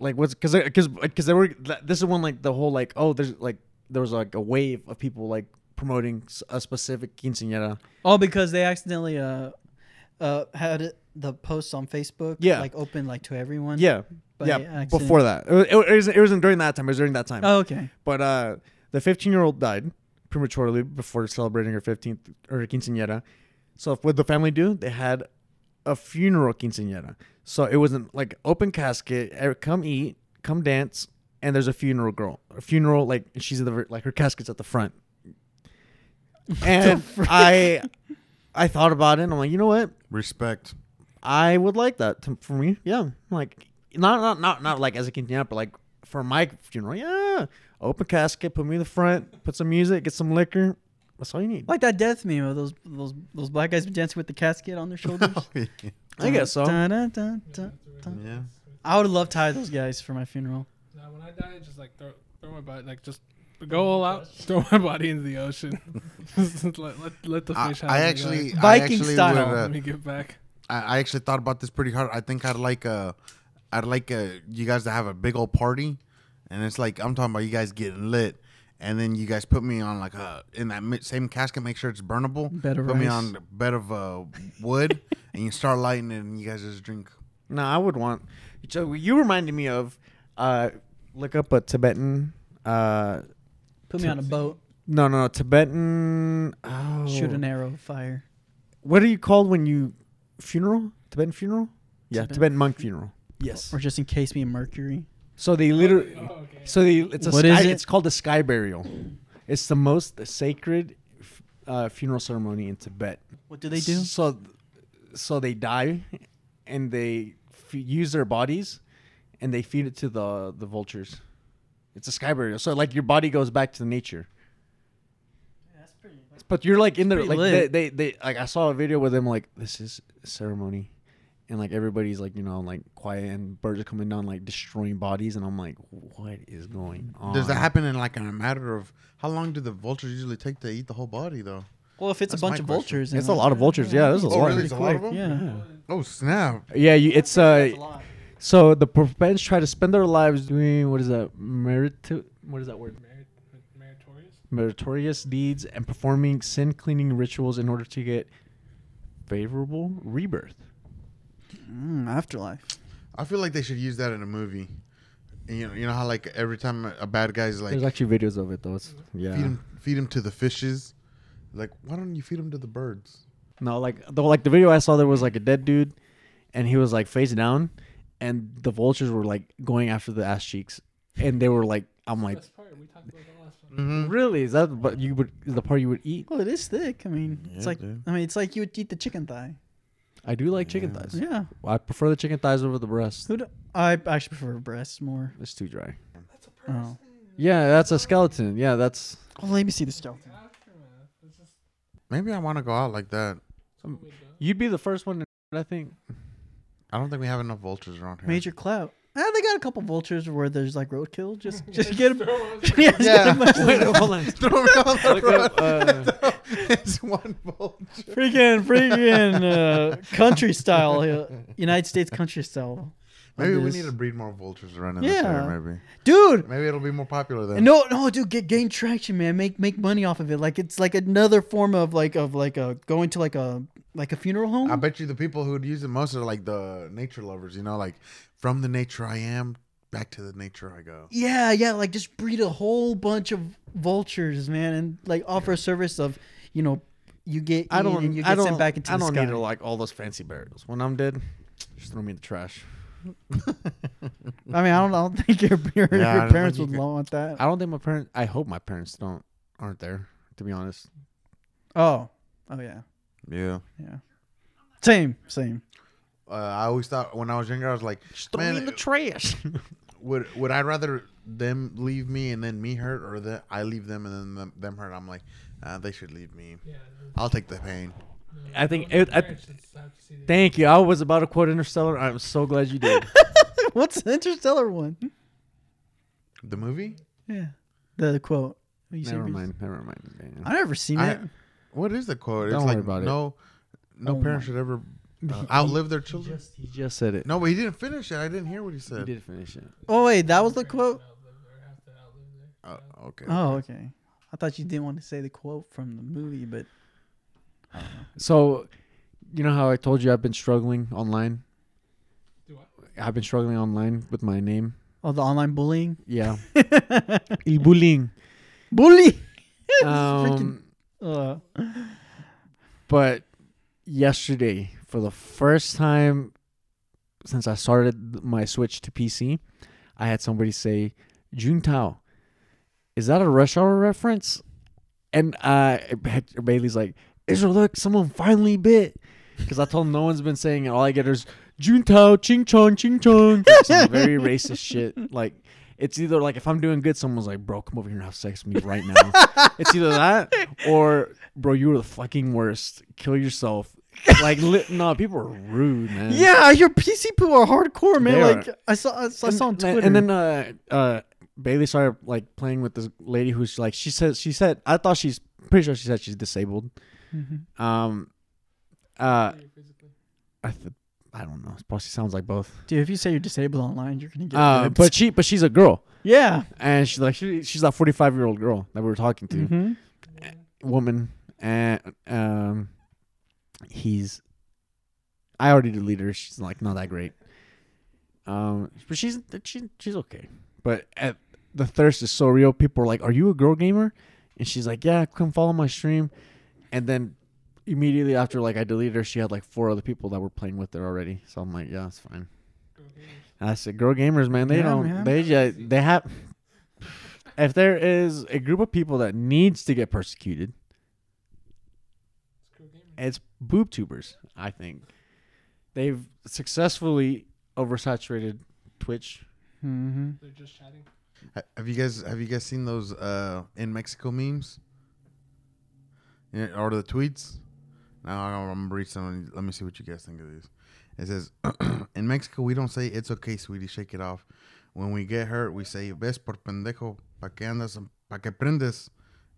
Speaker 1: like what's because because because there were th- this is when like the whole like oh there's like there was like a wave of people like promoting s- a specific quinceañera.
Speaker 2: All Oh, because they accidentally uh uh had it- the posts on Facebook
Speaker 1: Yeah.
Speaker 2: like open like to everyone.
Speaker 1: Yeah,
Speaker 2: By
Speaker 1: yeah.
Speaker 2: accident.
Speaker 1: Before that, it, wa- it, wa- it, wasn't, it wasn't during that time. It was during that time.
Speaker 2: Oh, okay.
Speaker 1: But uh, the 15 year old died prematurely before celebrating her 15th or her quinceañera. So what the family do? They had a funeral quinceañera. So it was an like open casket. eh, Come eat, come dance, and there's a funeral girl. A funeral like she's at the ver- like her casket's at the front. And I, I thought about it. and I'm like, you know what?
Speaker 3: Respect.
Speaker 1: I would like that to, for me. Yeah, like not not not not like as a quinceanera, but like for my funeral. Yeah, open casket, put me in the front, put some music, get some liquor. That's all you need.
Speaker 2: Like that death meme of those those those black guys dancing with the casket on their shoulders. Uh,
Speaker 1: I guess so.
Speaker 2: Dun, dun, dun, dun, dun.
Speaker 3: yeah.
Speaker 2: I would love to hire those guys for my funeral.
Speaker 4: Now, when I die, just like throw, throw my body, like just go all out, throw my body into the ocean. Just let, let, let the
Speaker 3: I,
Speaker 4: fish have
Speaker 3: I
Speaker 4: it,
Speaker 3: actually,
Speaker 4: guys.
Speaker 3: I
Speaker 2: Viking
Speaker 3: actually
Speaker 2: style.
Speaker 3: would, uh,
Speaker 4: let me get back.
Speaker 3: I, I actually thought about this pretty hard. I think I'd like uh, I'd like uh, you guys to have a big old party, and it's like I'm talking about you guys getting lit, and then you guys put me on like a in that mi- same casket, make sure it's burnable.
Speaker 2: Bed of
Speaker 3: put me
Speaker 2: rice.
Speaker 3: on a bed of uh, wood, and you start lighting it, and you guys just drink.
Speaker 1: No, I would want. So you reminded me of. Uh, look up a Tibetan. Uh,
Speaker 2: Put me on a boat,
Speaker 1: no, no, Tibetan. Oh,
Speaker 2: shoot an arrow, fire.
Speaker 1: What are you called when you funeral? Tibetan funeral. Yeah,
Speaker 2: Tibetan
Speaker 1: Tibetan monk funeral. Yes.
Speaker 2: Or just in case me in Mercury.
Speaker 1: So they literally.
Speaker 4: Oh, okay.
Speaker 1: So the it's a
Speaker 2: What
Speaker 1: sky,
Speaker 2: is it?
Speaker 1: it's called the sky burial. It's the most sacred f- uh, funeral ceremony in Tibet.
Speaker 2: What do they do?
Speaker 1: So so they die and they f- use their bodies and they feed it to the the vultures. It's a sky burial. So like your body goes back to nature.
Speaker 2: That's pretty.
Speaker 1: But you're like in there
Speaker 2: Pretty
Speaker 1: like they,
Speaker 2: lit.
Speaker 1: they they like I saw a video with them like this is ceremony. And like everybody's like you know like quiet and birds are coming down like destroying bodies and I'm like what is going on?
Speaker 3: Does that happen in like in a matter of how long do the vultures usually take to eat the whole body though?
Speaker 2: Well, if it's
Speaker 3: That's
Speaker 2: a
Speaker 3: my
Speaker 2: bunch of
Speaker 3: question.
Speaker 2: vultures,
Speaker 1: It's
Speaker 2: and
Speaker 1: a lot of vultures. Yeah, there's a
Speaker 3: Oh,
Speaker 1: lot.
Speaker 3: really? It's a lot of them?
Speaker 2: Yeah.
Speaker 3: Oh snap!
Speaker 1: Yeah, you, it's
Speaker 2: That's
Speaker 1: uh.
Speaker 2: a lot.
Speaker 1: So the Provench try to spend their lives doing what is that merit? What is that word?
Speaker 4: Merit- meritorious?
Speaker 1: Meritorious deeds and performing sin cleaning rituals in order to get favorable rebirth.
Speaker 2: Mm, afterlife.
Speaker 3: I feel like they should use that in a movie. And you know, you know how like every time a- a bad guy's like
Speaker 1: There's actually videos of it though. It's
Speaker 2: Mm-hmm.
Speaker 1: yeah.
Speaker 3: feed him feed him to the fishes. Like, why don't you feed him to the birds?
Speaker 1: No, like the like the video I saw there was like a dead dude, and he was like face down, and the vultures were like going after the ass cheeks, and they were like, I'm like,
Speaker 4: That's part we talked about the last one.
Speaker 1: really? Is that but you would is the part you would eat?
Speaker 2: Well, it is thick. I mean,
Speaker 3: Yeah,
Speaker 2: it's like
Speaker 3: dude.
Speaker 2: I mean, it's like you would eat the chicken thigh.
Speaker 1: I do like chicken thighs.
Speaker 2: Yeah.
Speaker 1: I prefer the chicken thighs over the breast.
Speaker 2: Who? Do, I actually prefer breasts more.
Speaker 1: It's too dry.
Speaker 4: That's a
Speaker 2: Oh.
Speaker 4: person.
Speaker 1: Yeah, that's a skeleton. Yeah, that's
Speaker 2: Oh, let me see the skeleton.
Speaker 4: Aftermath. It's just
Speaker 3: Maybe I want to go out like that.
Speaker 4: what we do.
Speaker 1: you'd be the first one. To, I think.
Speaker 3: I don't think we have enough vultures around here.
Speaker 2: Major clout. Ah, they got a couple vultures where there's like roadkill. Just, just get them.
Speaker 4: Throw us-
Speaker 2: yeah, just
Speaker 3: Yeah.
Speaker 2: get 'em.
Speaker 1: Wait, hold on.
Speaker 3: Throw me on the
Speaker 1: Look up, uh,
Speaker 3: road. it's one vulture.
Speaker 2: freaking, freaking uh, country style, uh, United States country style.
Speaker 3: Maybe we
Speaker 2: This-
Speaker 3: need to breed more vultures around in this
Speaker 2: Yeah.
Speaker 3: area. Maybe,
Speaker 2: dude.
Speaker 3: maybe it'll be more popular then.
Speaker 2: No, no, dude, get gain traction, man. Make make money off of it. Like it's like another form of like of like a going to like a like a funeral home.
Speaker 3: I bet you the people who would use it most are like the nature lovers. You know, like from the nature I am, back to the nature I go.
Speaker 2: Yeah, yeah, like just breed a whole bunch of vultures, man, and like offer a service of, you know, you get
Speaker 1: I
Speaker 2: eaten
Speaker 1: don't.
Speaker 2: and you get
Speaker 1: I don't.
Speaker 2: sent back into
Speaker 1: I
Speaker 2: the
Speaker 1: don't
Speaker 2: sky.
Speaker 1: need to like all those fancy burials. When I'm dead, just throw me in the trash.
Speaker 2: I mean, I don't, I don't think your, your,
Speaker 3: Yeah, I
Speaker 2: your
Speaker 3: don't
Speaker 2: parents
Speaker 3: think
Speaker 2: would
Speaker 3: you
Speaker 2: want that.
Speaker 1: I don't think my parents. I hope my parents don't aren't there. To be honest,
Speaker 2: Oh, oh yeah,
Speaker 3: Yeah.
Speaker 2: yeah. Same, same.
Speaker 3: Uh, I always thought when I was younger, I was like,
Speaker 1: just throw
Speaker 3: Man,
Speaker 1: me in the
Speaker 3: it-
Speaker 1: trash.
Speaker 3: would would I rather them leave me and then me hurt, or that I leave them and then them, them hurt? I'm like, uh, they should leave me.
Speaker 4: Yeah.
Speaker 3: I'll take the pain.
Speaker 1: I think. It, I, thank you. I was about to quote Interstellar. I'm so glad you did.
Speaker 2: What's the Interstellar one?
Speaker 3: The movie?
Speaker 2: Yeah, the, the quote. You said
Speaker 1: never
Speaker 2: you-
Speaker 1: mind. Never mind.
Speaker 2: I never seen
Speaker 3: I-
Speaker 2: it.
Speaker 3: What is the quote?
Speaker 1: Don't
Speaker 3: it's
Speaker 1: worry
Speaker 3: like
Speaker 1: about it.
Speaker 3: no, no
Speaker 2: Oh
Speaker 3: parent
Speaker 2: my-
Speaker 3: should ever uh, outlive their children.
Speaker 1: He just said it.
Speaker 3: No, but he didn't finish it. I didn't hear what he
Speaker 1: He
Speaker 3: said.
Speaker 1: did finish it.
Speaker 2: Oh wait, that was the quote.
Speaker 3: Uh, okay.
Speaker 2: Oh okay. I thought you didn't want to say the quote from the movie, but
Speaker 1: So, you know how I told you I've been struggling online. I've been struggling online with my name.
Speaker 2: oh, the online bullying.
Speaker 1: Yeah. Il bullying.
Speaker 2: Bully.
Speaker 1: Um,
Speaker 2: Uh,
Speaker 1: but yesterday, for the first time since I started my switch to PC, I had somebody say, "Juntao, is that a Rush Hour reference?" And uh, Hector Bailey's like, "Israel, look, someone finally bit." Because I told him no one's been saying it. All I get is Juntao, ching chong, ching chong. Like Some very racist shit. Like, it's either like if I'm doing good, someone's like, bro, come over here and have sex with me right now. it's either that or, bro, you were the fucking worst. Kill yourself. Like, li- no, people are rude, man.
Speaker 2: yeah, your PC people are hardcore, man.
Speaker 1: They are.
Speaker 2: Like I saw, I saw, I
Speaker 1: and,
Speaker 2: saw on
Speaker 1: and-
Speaker 2: Twitter.
Speaker 1: And then uh, uh, Bailey started like playing with this lady who's like she says she said I thought she's pretty sure she said she's disabled.
Speaker 2: Mm-hmm.
Speaker 1: Um, uh, I th- I don't know. It probably sounds like both.
Speaker 2: dude, if you say you're disabled online, you're gonna get.
Speaker 1: Uh,
Speaker 2: ripped.
Speaker 1: but she but she's a girl,
Speaker 2: yeah.
Speaker 1: and she's like she, she's that forty five year old girl that we were talking to,
Speaker 2: Mhm.
Speaker 1: woman, and um, he's. I already deleted her. She's like not that great. Um, but she's she, she's okay. But at, the thirst is so real. People are like, "Are you a girl gamer?" And she's like, "Yeah, come follow my stream." And then immediately after, like I deleted her, she had like four other people that were playing with her already. So I'm like, "Yeah, it's fine." And I said, "Girl gamers, man, they
Speaker 2: Yeah,
Speaker 1: don't.
Speaker 2: man.
Speaker 1: They just they have. If there is a group of people that needs to get persecuted, it's boob tubers. I think they've successfully oversaturated Twitch.
Speaker 2: Mhm.
Speaker 4: They're just chatting.
Speaker 3: Ha- Have you guys have you guys seen those uh, in Mexico memes? Yeah, or the tweets? Now I'm gonna read some. Let me see what you guys think of these. It says, "In Mexico, we don't say it's okay, sweetie, shake it off. When we get hurt, we say ves por pendejo, pa que andas, pa que prendes."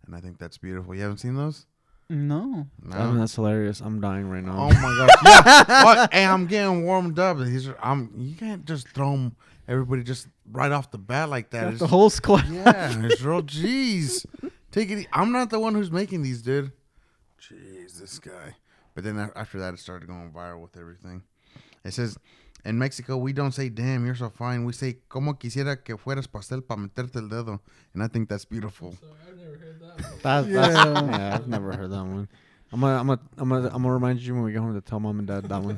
Speaker 3: And I think that's beautiful. You haven't seen those?
Speaker 2: No.
Speaker 3: No.
Speaker 1: I mean, that's hilarious. I'm dying right now.
Speaker 3: Oh my gosh! Yeah. What? Hey, I'm getting warmed up. He's, I'm. You can't just throw 'em- everybody just right off the bat like that.
Speaker 2: Got
Speaker 3: It's-
Speaker 2: the whole squad.
Speaker 3: yeah, Israel. Jeez, take it. e- I'm not the one who's making these, dude. Jeez, this guy. But then a- after that, it started going viral with everything. It says, in Mexico, we don't say "damn, you're so fine." We say "como quisiera que fueras pastel pa meterte el dedo," and I think that's beautiful.
Speaker 4: So I've never heard that.
Speaker 1: That, that's, yeah. I've never heard that one. I'm gonna, I'm gonna, I'm gonna, I'm gonna remind you when we get home to tell mom and dad that one.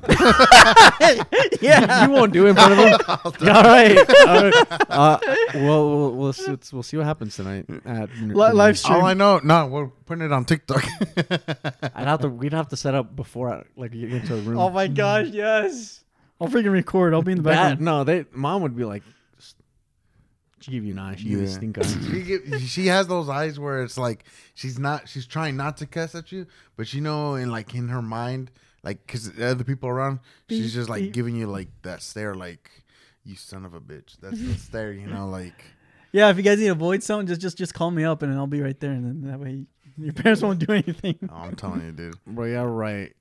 Speaker 1: yeah, you won't do it in front of them. Yeah, all right, all right. Uh, well, we'll, we'll see, what's- we'll see what happens tonight. At,
Speaker 2: Li- live stream.
Speaker 3: All I know, no, we're putting it on TikTok.
Speaker 1: I'd have to, we'd have to set up before, I, like, you get into a room.
Speaker 2: oh my gosh, yes. I'll freaking record. I'll be in the
Speaker 1: That-
Speaker 2: background.
Speaker 1: no, they, mom would be like, she give you an eye, she give you
Speaker 3: Yeah.
Speaker 1: stink eye.
Speaker 3: she, get- she has those eyes where it's like she's not she's trying not to cuss at you but you know and like in her mind like because other people around she's just like giving you like that stare like you son of a bitch that's the stare you know like
Speaker 2: Yeah, if you guys need to avoid something, just just just call me up and I'll be right there, and then that way your parents won't do anything.
Speaker 3: oh, i'm telling you dude
Speaker 1: Bro, yeah, right.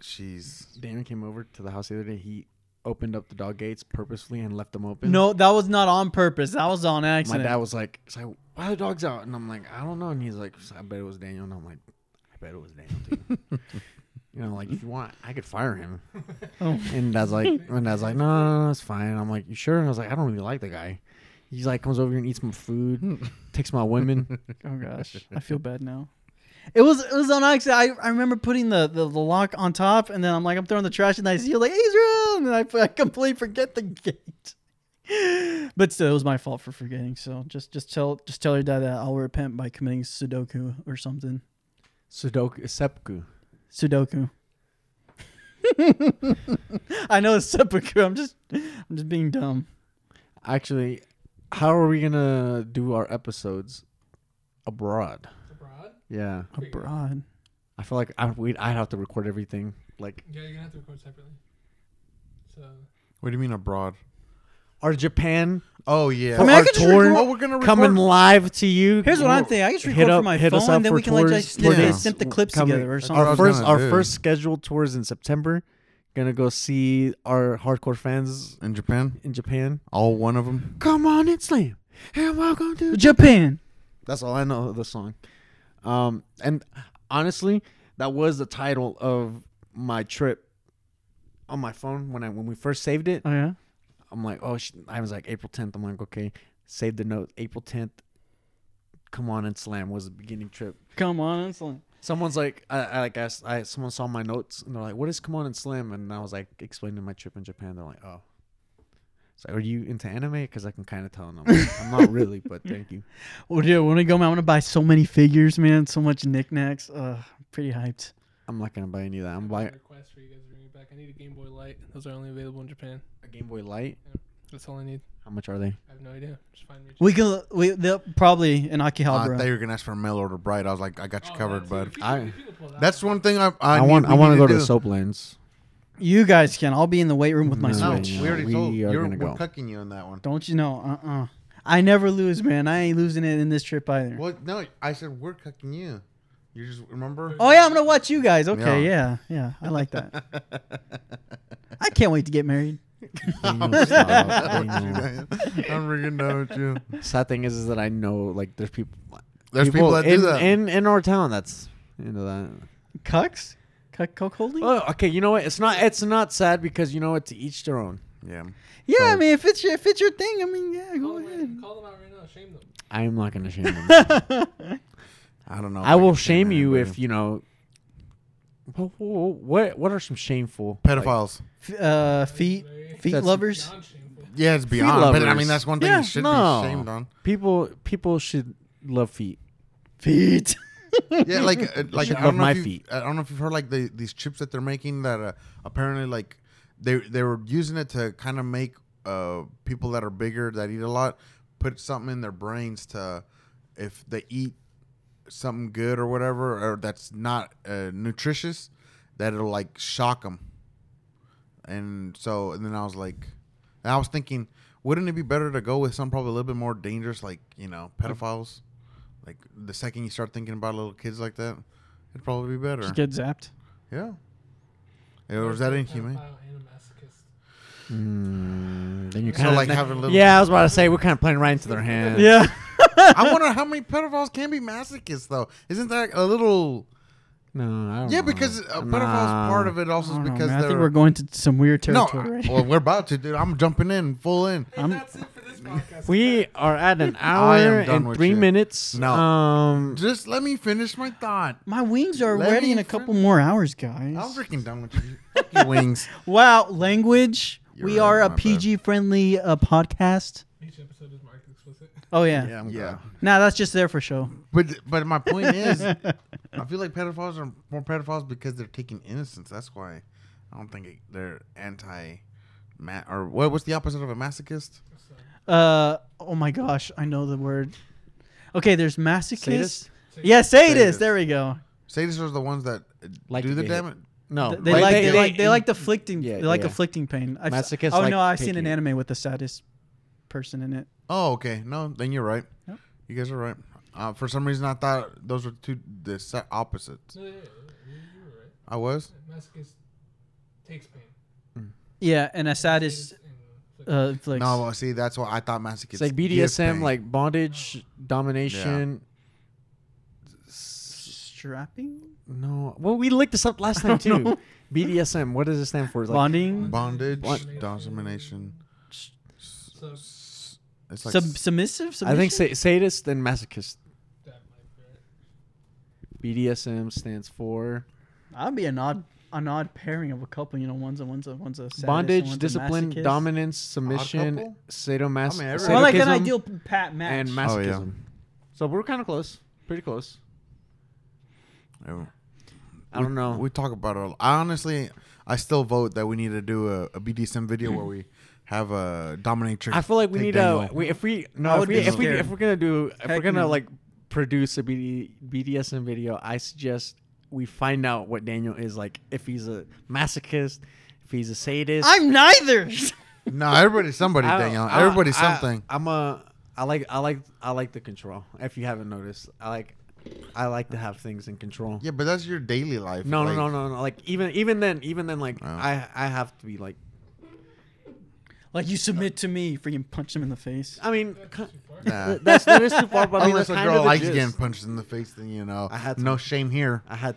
Speaker 3: she's
Speaker 1: Damon came over to the house the other day. He opened up the dog gates purposefully and left them open.
Speaker 2: No, that was not on purpose. That was on
Speaker 1: My
Speaker 2: accident.
Speaker 1: dad was like, he's like, why are the dogs out? And I'm like, I don't know. And he's like, I bet it was Daniel. And I'm like, I bet it was Daniel too. you know, like if you want, I could fire him.
Speaker 2: Oh.
Speaker 1: And dad's like, and dad's like, no, no, no, it's fine. I'm like, you sure? And I was like, I don't really like the guy. He's like, comes over here and eats my food, takes my women.
Speaker 2: Oh gosh, I feel bad now. It was it was on accident. I, I remember putting the, the, the lock on top, and then I'm like I'm throwing the trash, and I see like Israel, and then I, I completely forget the gate. but still, it was my fault for forgetting. So just just tell just tell your dad that I'll repent by committing Sudoku or something.
Speaker 1: Sudoku, seppuku.
Speaker 2: Sudoku. I know it's seppuku. I'm just I'm just being dumb.
Speaker 1: Actually, how are we gonna do our episodes abroad?
Speaker 4: Abroad?
Speaker 1: Yeah,
Speaker 2: Abroad.
Speaker 1: I feel like I we'd, I'd have to record everything. Like
Speaker 4: Yeah, you're gonna have to record separately. So
Speaker 3: What do you mean abroad?
Speaker 1: our Japan
Speaker 3: Oh yeah.
Speaker 1: For
Speaker 2: mean, I
Speaker 1: our
Speaker 2: could just
Speaker 1: tour
Speaker 2: record-
Speaker 3: oh, we're gonna
Speaker 1: coming
Speaker 3: record-
Speaker 1: live to you.
Speaker 2: Here's what I'm
Speaker 1: We'll
Speaker 2: thinking. I just
Speaker 1: hit
Speaker 2: record
Speaker 1: up-
Speaker 2: from my
Speaker 1: hit us
Speaker 2: phone,
Speaker 1: up
Speaker 2: and then
Speaker 1: for
Speaker 2: we can like
Speaker 1: tours,
Speaker 2: just
Speaker 1: for
Speaker 2: snip,
Speaker 3: dates.
Speaker 2: snip the clips
Speaker 1: Coming-
Speaker 2: together or something.
Speaker 1: Our
Speaker 3: was
Speaker 1: first,
Speaker 3: gonna
Speaker 1: our
Speaker 3: do.
Speaker 1: first scheduled tours in September. Gonna go see our hardcore fans
Speaker 3: in Japan.
Speaker 1: in Japan.
Speaker 3: All one of them.
Speaker 1: Come on and slam, and welcome to
Speaker 2: Japan.
Speaker 1: That's all I know of the song. Um, and honestly, that was the title of my trip on my phone when I when we first saved it.
Speaker 2: Oh yeah.
Speaker 1: I'm like, oh, sh-. I was like April 10th. I'm like, okay, save the note. April 10th. Come on and slam was the beginning trip.
Speaker 2: Come on, insulin.
Speaker 1: Someone's like, I, I like asked, I someone saw my notes and they're like, what is come on and slam? And I was like explaining my trip in Japan. They're like, oh. It's like, are you into anime? Because I can kind of tell. And I'm, like, I'm not really, but thank you.
Speaker 2: Oh dude, when I go, man, I'm gonna buy so many figures, man. So much knickknacks. Uh, I'm pretty hyped.
Speaker 1: I'm not gonna buy any of that. I'm
Speaker 4: I have
Speaker 1: buying
Speaker 4: a request for you guys to bring me back. I need a Game Boy Light. Those are only available in Japan.
Speaker 1: a Game Boy Light.
Speaker 4: That's all I need.
Speaker 1: How much are they?
Speaker 4: I have no idea. Just find me. a
Speaker 2: We can. We they'll probably in
Speaker 3: Uh, I
Speaker 1: Ah,
Speaker 2: Akihabara.
Speaker 3: thought you were gonna ask for a mail order bright. I was like, I got you
Speaker 4: Oh,
Speaker 3: covered,
Speaker 4: that's
Speaker 3: bud.
Speaker 4: it. If you-
Speaker 1: I-
Speaker 4: if you could pull that
Speaker 3: That's
Speaker 4: one.
Speaker 3: one thing I I,
Speaker 1: I want. I want to go to
Speaker 3: so.
Speaker 1: Soaplands.
Speaker 2: you guys can. I'll be in the weight room with my
Speaker 1: No.
Speaker 3: No,
Speaker 2: switch.
Speaker 1: Yeah,
Speaker 3: Oh, we already
Speaker 1: we
Speaker 3: told
Speaker 1: are
Speaker 3: you're
Speaker 1: gonna go.
Speaker 3: we're cucking you on that one.
Speaker 2: Don't you know? Uh uh I never lose, man. I ain't losing it in this trip either.
Speaker 3: Well, no, I said we're cucking you. You just remember?
Speaker 2: Oh yeah, I'm gonna watch you guys. Okay, yeah,
Speaker 3: Yeah.
Speaker 2: yeah. I like that. I can't wait to get married.
Speaker 1: Daniel, stop. Daniel.
Speaker 3: I'm freaking done with you.
Speaker 1: Sad thing is, is that I know like there's people.
Speaker 3: There's people, that
Speaker 1: in,
Speaker 3: do that.
Speaker 1: in in our town that's into that.
Speaker 2: Cucks? Cuck cuckolding?
Speaker 1: Oh, okay. You know what? It's not. It's not sad because you know what? To each their own.
Speaker 3: yeah.
Speaker 2: yeah, I mean, if it's your, if it's your thing, I mean, yeah,
Speaker 4: Call
Speaker 2: go
Speaker 4: them,
Speaker 2: ahead.
Speaker 4: right, call them out right now. Shame them.
Speaker 1: I am not gonna shame them.
Speaker 3: I don't know. if
Speaker 1: I will
Speaker 3: can
Speaker 1: shame you
Speaker 3: anybody.
Speaker 1: if you know. Whoa, whoa, whoa, What what are some shameful like,
Speaker 3: pedophiles.
Speaker 2: F- uh, feet, feet
Speaker 1: That's-
Speaker 2: lovers.
Speaker 4: Non-shameful.
Speaker 3: yeah, it's beyond. But I
Speaker 1: lovers.
Speaker 3: mean, that's one thing
Speaker 1: Yeah,
Speaker 3: you should
Speaker 1: no.
Speaker 3: be shamed on.
Speaker 1: people people should love feet.
Speaker 2: Feet.
Speaker 3: Yeah, like uh, like
Speaker 1: should
Speaker 3: I don't
Speaker 1: love
Speaker 3: know
Speaker 1: my
Speaker 3: if you-
Speaker 1: feet.
Speaker 3: I don't know if you've heard like the, these chips that they're making that uh, apparently like they they were using it to kind of make uh people that are bigger that eat a lot put something in their brains to if they eat something good or whatever or that's not uh, nutritious that it'll like shock them. And so and then I was like and I was thinking wouldn't it be better to go with some probably a little bit more dangerous like, you know, pedophiles? Like the second you start thinking about little kids like that, it'd probably be better.
Speaker 2: Just get zapped.
Speaker 3: yeah. Or is that inhumane?
Speaker 4: Pedophile and a masochist.
Speaker 1: Mm, then you
Speaker 3: So
Speaker 1: kind
Speaker 3: like
Speaker 1: of
Speaker 3: having little
Speaker 1: yeah. I was about to say we're kind of playing right into their hands.
Speaker 2: Yeah.
Speaker 3: I wonder how many pedophiles can be masochists though. Isn't that a little?
Speaker 1: No, I don't.
Speaker 3: Yeah,
Speaker 1: know.
Speaker 3: because uh, pedophiles
Speaker 1: Nah.
Speaker 3: part of it also is
Speaker 2: I,
Speaker 3: because
Speaker 2: I
Speaker 3: they're
Speaker 2: think we're going to some weird
Speaker 3: no.
Speaker 2: territory.
Speaker 3: I-
Speaker 2: right?
Speaker 3: well, we're about to, dude. I'm jumping in full in.
Speaker 2: I'm-
Speaker 4: And that's it for this podcast.
Speaker 1: We are at an
Speaker 3: I am
Speaker 1: hour
Speaker 3: done
Speaker 1: and
Speaker 3: with
Speaker 1: three
Speaker 3: you.
Speaker 1: minutes.
Speaker 3: No.
Speaker 1: Um,
Speaker 3: Just let me finish my thought.
Speaker 2: My wings are
Speaker 3: Let
Speaker 2: ready
Speaker 3: me
Speaker 2: in a
Speaker 3: fin-
Speaker 2: couple more hours, guys.
Speaker 3: I'm freaking done with you. Fuck your wings.
Speaker 2: wow, language.
Speaker 3: You're
Speaker 2: we
Speaker 3: right,
Speaker 2: are a
Speaker 3: my bad.
Speaker 2: PG friendly uh, podcast.
Speaker 4: Each episode is marked explicit.
Speaker 2: Oh yeah.
Speaker 1: yeah, I'm
Speaker 3: Yeah,
Speaker 2: Nah, that's just there for show.
Speaker 3: but but my point is, I feel like pedophiles are more pedophiles because they're taking innocence. That's why I don't think it, they're anti. Ma- or what? What's the opposite of a masochist?
Speaker 2: Uh oh my gosh, I know the word. Okay, there's masochist.
Speaker 1: Sadist?
Speaker 2: Yeah, sadist.
Speaker 3: Sadist.
Speaker 2: There we go.
Speaker 3: Sadists are the ones that uh,
Speaker 1: Like
Speaker 3: do
Speaker 1: to
Speaker 3: the
Speaker 1: get hit.
Speaker 3: damage.
Speaker 1: No,
Speaker 2: Th- They
Speaker 3: Like
Speaker 2: like
Speaker 3: they-
Speaker 2: they, like they
Speaker 1: in-
Speaker 2: like afflicting.
Speaker 1: Yeah,
Speaker 2: they like
Speaker 1: yeah.
Speaker 2: afflicting pain. I've, s-
Speaker 1: Masochists
Speaker 2: oh
Speaker 1: like
Speaker 2: no, I've seen an
Speaker 1: taking-
Speaker 2: anime with the saddest person in it.
Speaker 3: Oh, okay. No, then you're right.
Speaker 2: Yep.
Speaker 3: You guys are right. Uh, for some reason, I thought those were two the se- opposites.
Speaker 4: No, yeah, yeah, yeah, you- you were right.
Speaker 3: I was.
Speaker 4: Masochist takes pain.
Speaker 2: Yeah, and a saddest
Speaker 4: And-
Speaker 2: uh, afflicts.
Speaker 3: No, well, see, that's why I thought masochists.
Speaker 1: it's like
Speaker 3: give
Speaker 1: BDSM,
Speaker 3: pain.
Speaker 1: like bondage, domination. S-
Speaker 2: strapping,
Speaker 1: No, well, we licked this up last time too. BDSM, what does it stand for? It's Like,
Speaker 2: bonding,
Speaker 3: bondage,
Speaker 4: What?
Speaker 3: domination.
Speaker 4: so
Speaker 3: It's like
Speaker 2: sub- submissive.
Speaker 1: I think
Speaker 2: submission?
Speaker 1: sa- sadist and masochist.
Speaker 4: that might be right.
Speaker 1: BDSM stands for
Speaker 2: I'd be an odd, an odd pairing of a couple. You know, one's a one's a one's a sadist, and one's
Speaker 1: bondage,
Speaker 2: a
Speaker 1: discipline,
Speaker 2: masochist.
Speaker 1: dominance, submission,
Speaker 3: couple?
Speaker 1: sadomas-
Speaker 3: I mean, every-
Speaker 2: Or like an
Speaker 1: sadism,
Speaker 2: ideal pat match.
Speaker 1: and masochism.
Speaker 3: Oh, yeah.
Speaker 1: So we're kind of close, pretty close.
Speaker 3: I
Speaker 1: I don't know.
Speaker 3: We talk about it. a lot. I honestly, I still vote that we need to do a, a BDSM video where we have a dominatrix.
Speaker 1: I feel like we
Speaker 3: take
Speaker 1: need
Speaker 3: Daniel.
Speaker 1: a we, if we
Speaker 2: I
Speaker 1: no if
Speaker 2: would
Speaker 1: we,
Speaker 2: be
Speaker 1: if we
Speaker 2: scared.
Speaker 1: if we're gonna do if
Speaker 2: Heck
Speaker 1: we're gonna
Speaker 2: no.
Speaker 1: like produce a BD, BDSM video, I suggest we find out what Daniel is like. If he's a masochist, if he's a sadist.
Speaker 2: I'm neither.
Speaker 3: no, everybody's somebody,
Speaker 1: I don't-
Speaker 3: Daniel.
Speaker 1: I-
Speaker 3: everybody's
Speaker 1: I-
Speaker 3: something.
Speaker 1: I'm a I like I like I like the control. If you haven't noticed, I like I like to have things in control.
Speaker 3: yeah, but that's your daily life.
Speaker 1: No,
Speaker 3: like-
Speaker 1: no, no, no, no. Like even even then, even then, like
Speaker 3: Oh.
Speaker 1: I I have to be like.
Speaker 2: like you submit to me, freaking punch him in the face.
Speaker 1: I mean, ki-
Speaker 3: Nah.
Speaker 1: that's that is too far. But I mean,
Speaker 3: Unless
Speaker 1: that's
Speaker 3: a
Speaker 1: kind
Speaker 3: girl
Speaker 1: of the
Speaker 3: likes
Speaker 1: gist.
Speaker 3: getting punched in the face, then you know,
Speaker 1: I had to.
Speaker 3: no shame here.
Speaker 1: I had,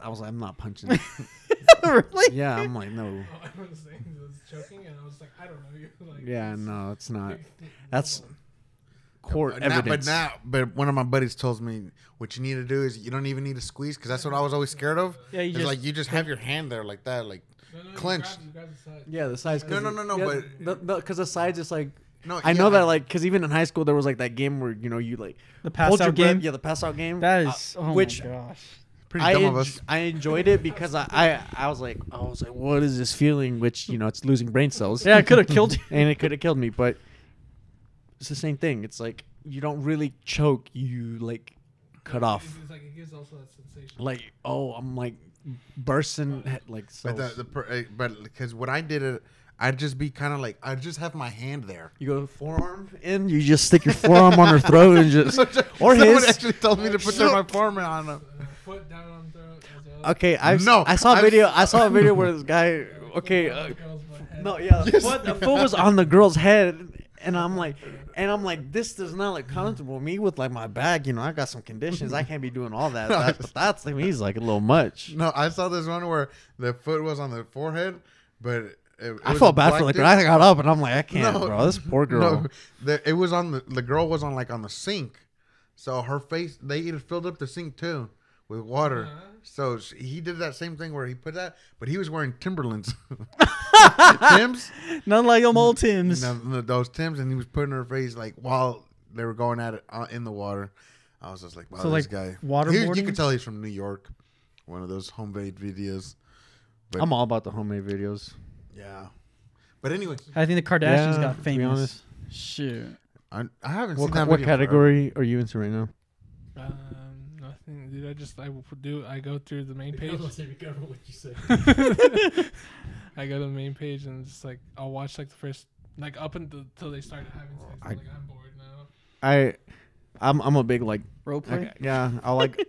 Speaker 1: I was like, I'm not punching.
Speaker 2: really?
Speaker 1: yeah, I'm like, no.
Speaker 4: Oh, I was saying I was choking, and I was like, I don't know you. Like,
Speaker 1: Yeah,
Speaker 4: it's-
Speaker 1: no, it's not.
Speaker 4: it's-
Speaker 1: That's court
Speaker 3: But now, but
Speaker 1: evidence.
Speaker 3: now, but one of my buddies tells me what you need to do is you don't even need to squeeze because that's what I was always scared of.
Speaker 2: Yeah, you
Speaker 3: it's
Speaker 2: just-
Speaker 3: like you just have your hand there like that, like
Speaker 4: No, no, you
Speaker 3: clenched.
Speaker 4: grab- you grab the side.
Speaker 1: yeah, the sides. 'cause
Speaker 3: No, no,
Speaker 1: it-
Speaker 3: no, no,
Speaker 1: yeah,
Speaker 3: but-
Speaker 1: the- the because the, sides is like.
Speaker 3: No,
Speaker 1: I know
Speaker 3: yeah,
Speaker 1: that like because even in high school there was like that game where you know you like
Speaker 2: The
Speaker 1: hold
Speaker 2: pass
Speaker 1: your
Speaker 2: out
Speaker 1: breath-
Speaker 2: game.
Speaker 1: Yeah, the pass out game.
Speaker 2: That
Speaker 1: uh,
Speaker 2: is. oh
Speaker 1: which
Speaker 2: my gosh.
Speaker 3: pretty
Speaker 1: I
Speaker 3: dumb of
Speaker 1: en-
Speaker 3: us.
Speaker 1: I enjoyed it because I, I I was like I was like what is this feeling which you know it's losing brain cells.
Speaker 2: Yeah, I could have killed you.
Speaker 1: and it could have killed me. But it's the same thing. It's like you don't really choke. You like cut off.
Speaker 4: It's, it's like it gives also that sensation.
Speaker 1: Like oh, I'm like bursting he- like so.
Speaker 3: But the, the per, uh, but because when I did it, I'd just be kind of like I'd just have my hand there.
Speaker 1: you go forearm in. You just stick your forearm on her throat and just or
Speaker 3: Someone
Speaker 1: his.
Speaker 3: actually told me to put their my forearm on him.
Speaker 4: Uh, foot down on throat as well.
Speaker 1: Okay, I
Speaker 3: No,
Speaker 1: I saw a
Speaker 3: I've-
Speaker 1: video. I saw a video where this guy. Okay, uh, no, yeah, the foot, the foot was on the girl's head, and I'm like, and I'm like, this does not look comfortable. Me with like my back, you know, I got some conditions. I can't be doing all that. That's, that's to me is like a little much.
Speaker 3: No, I saw this one where the foot was on the forehead, but it, it
Speaker 1: I
Speaker 3: was
Speaker 1: felt
Speaker 3: a
Speaker 1: bad for
Speaker 3: black
Speaker 1: the
Speaker 3: dude.
Speaker 1: girl. I got up and I'm like, I can't,
Speaker 3: No.
Speaker 1: bro. This poor girl.
Speaker 3: No, the, it was on the the girl was on like on the sink, so her face they had filled up the sink too with water. So she, he did that same thing where he put that, but he was wearing Timberlands, Tims,
Speaker 2: Not like them old Tims.
Speaker 3: no, no, those Tims, and he was putting her face like while they were going at it uh, in the water. I was just like, wow,
Speaker 2: So, like,
Speaker 3: this guy.
Speaker 2: waterboarding?
Speaker 3: He- you could tell he's from New York, one of those homemade videos. But,
Speaker 1: I'm all about the homemade videos.
Speaker 3: yeah. But anyway,
Speaker 2: I think the Kardashians
Speaker 1: Yeah,
Speaker 2: got
Speaker 1: to be
Speaker 2: famous.
Speaker 1: honest.
Speaker 2: Shoot.
Speaker 3: I, I haven't
Speaker 1: What,
Speaker 3: seen that.
Speaker 1: what
Speaker 3: video forever.
Speaker 1: category are you into right now?
Speaker 4: Um, nothing, dude. I just I will do. I go through the main
Speaker 5: I
Speaker 4: page.
Speaker 5: was gonna say, be careful what you say.
Speaker 4: I go to the main page and just like I'll watch like the first like up until till they started having sex. I'm
Speaker 1: I-
Speaker 4: like I'm bored now.
Speaker 1: I, I'm I'm a big like
Speaker 2: Role play.
Speaker 1: like, yeah. I'll like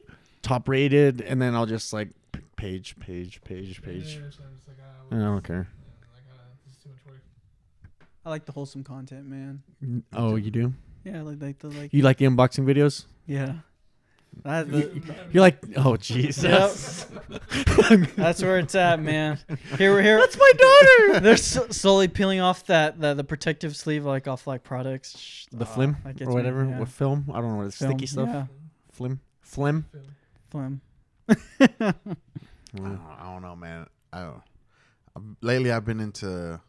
Speaker 1: top rated, and then I'll just like p- page page page page.
Speaker 4: And then eventually I'm just like, ah,
Speaker 1: I
Speaker 4: well,
Speaker 1: don't care.
Speaker 4: like, ah, this is too much work.
Speaker 2: I like the wholesome content, man.
Speaker 3: Mm-hmm.
Speaker 1: Oh, you do?
Speaker 2: Yeah, I like like the like.
Speaker 1: You like the unboxing videos?
Speaker 2: yeah. That, the,
Speaker 1: You're like, oh Jesus.
Speaker 2: that's where it's at, man. Here we're here. That's my daughter. They're so, slowly peeling off that, that the protective sleeve, like off like products. Shh,
Speaker 1: the
Speaker 2: ah,
Speaker 1: flim
Speaker 2: that gets
Speaker 1: or
Speaker 2: me,
Speaker 1: whatever
Speaker 2: yeah.
Speaker 1: with film. I don't know the
Speaker 2: Film,
Speaker 1: sticky stuff.
Speaker 2: Yeah,
Speaker 1: Flim, flim.
Speaker 4: Film.
Speaker 2: flim.
Speaker 3: I don't, I don't know, man. I don't, I'm- lately I've been into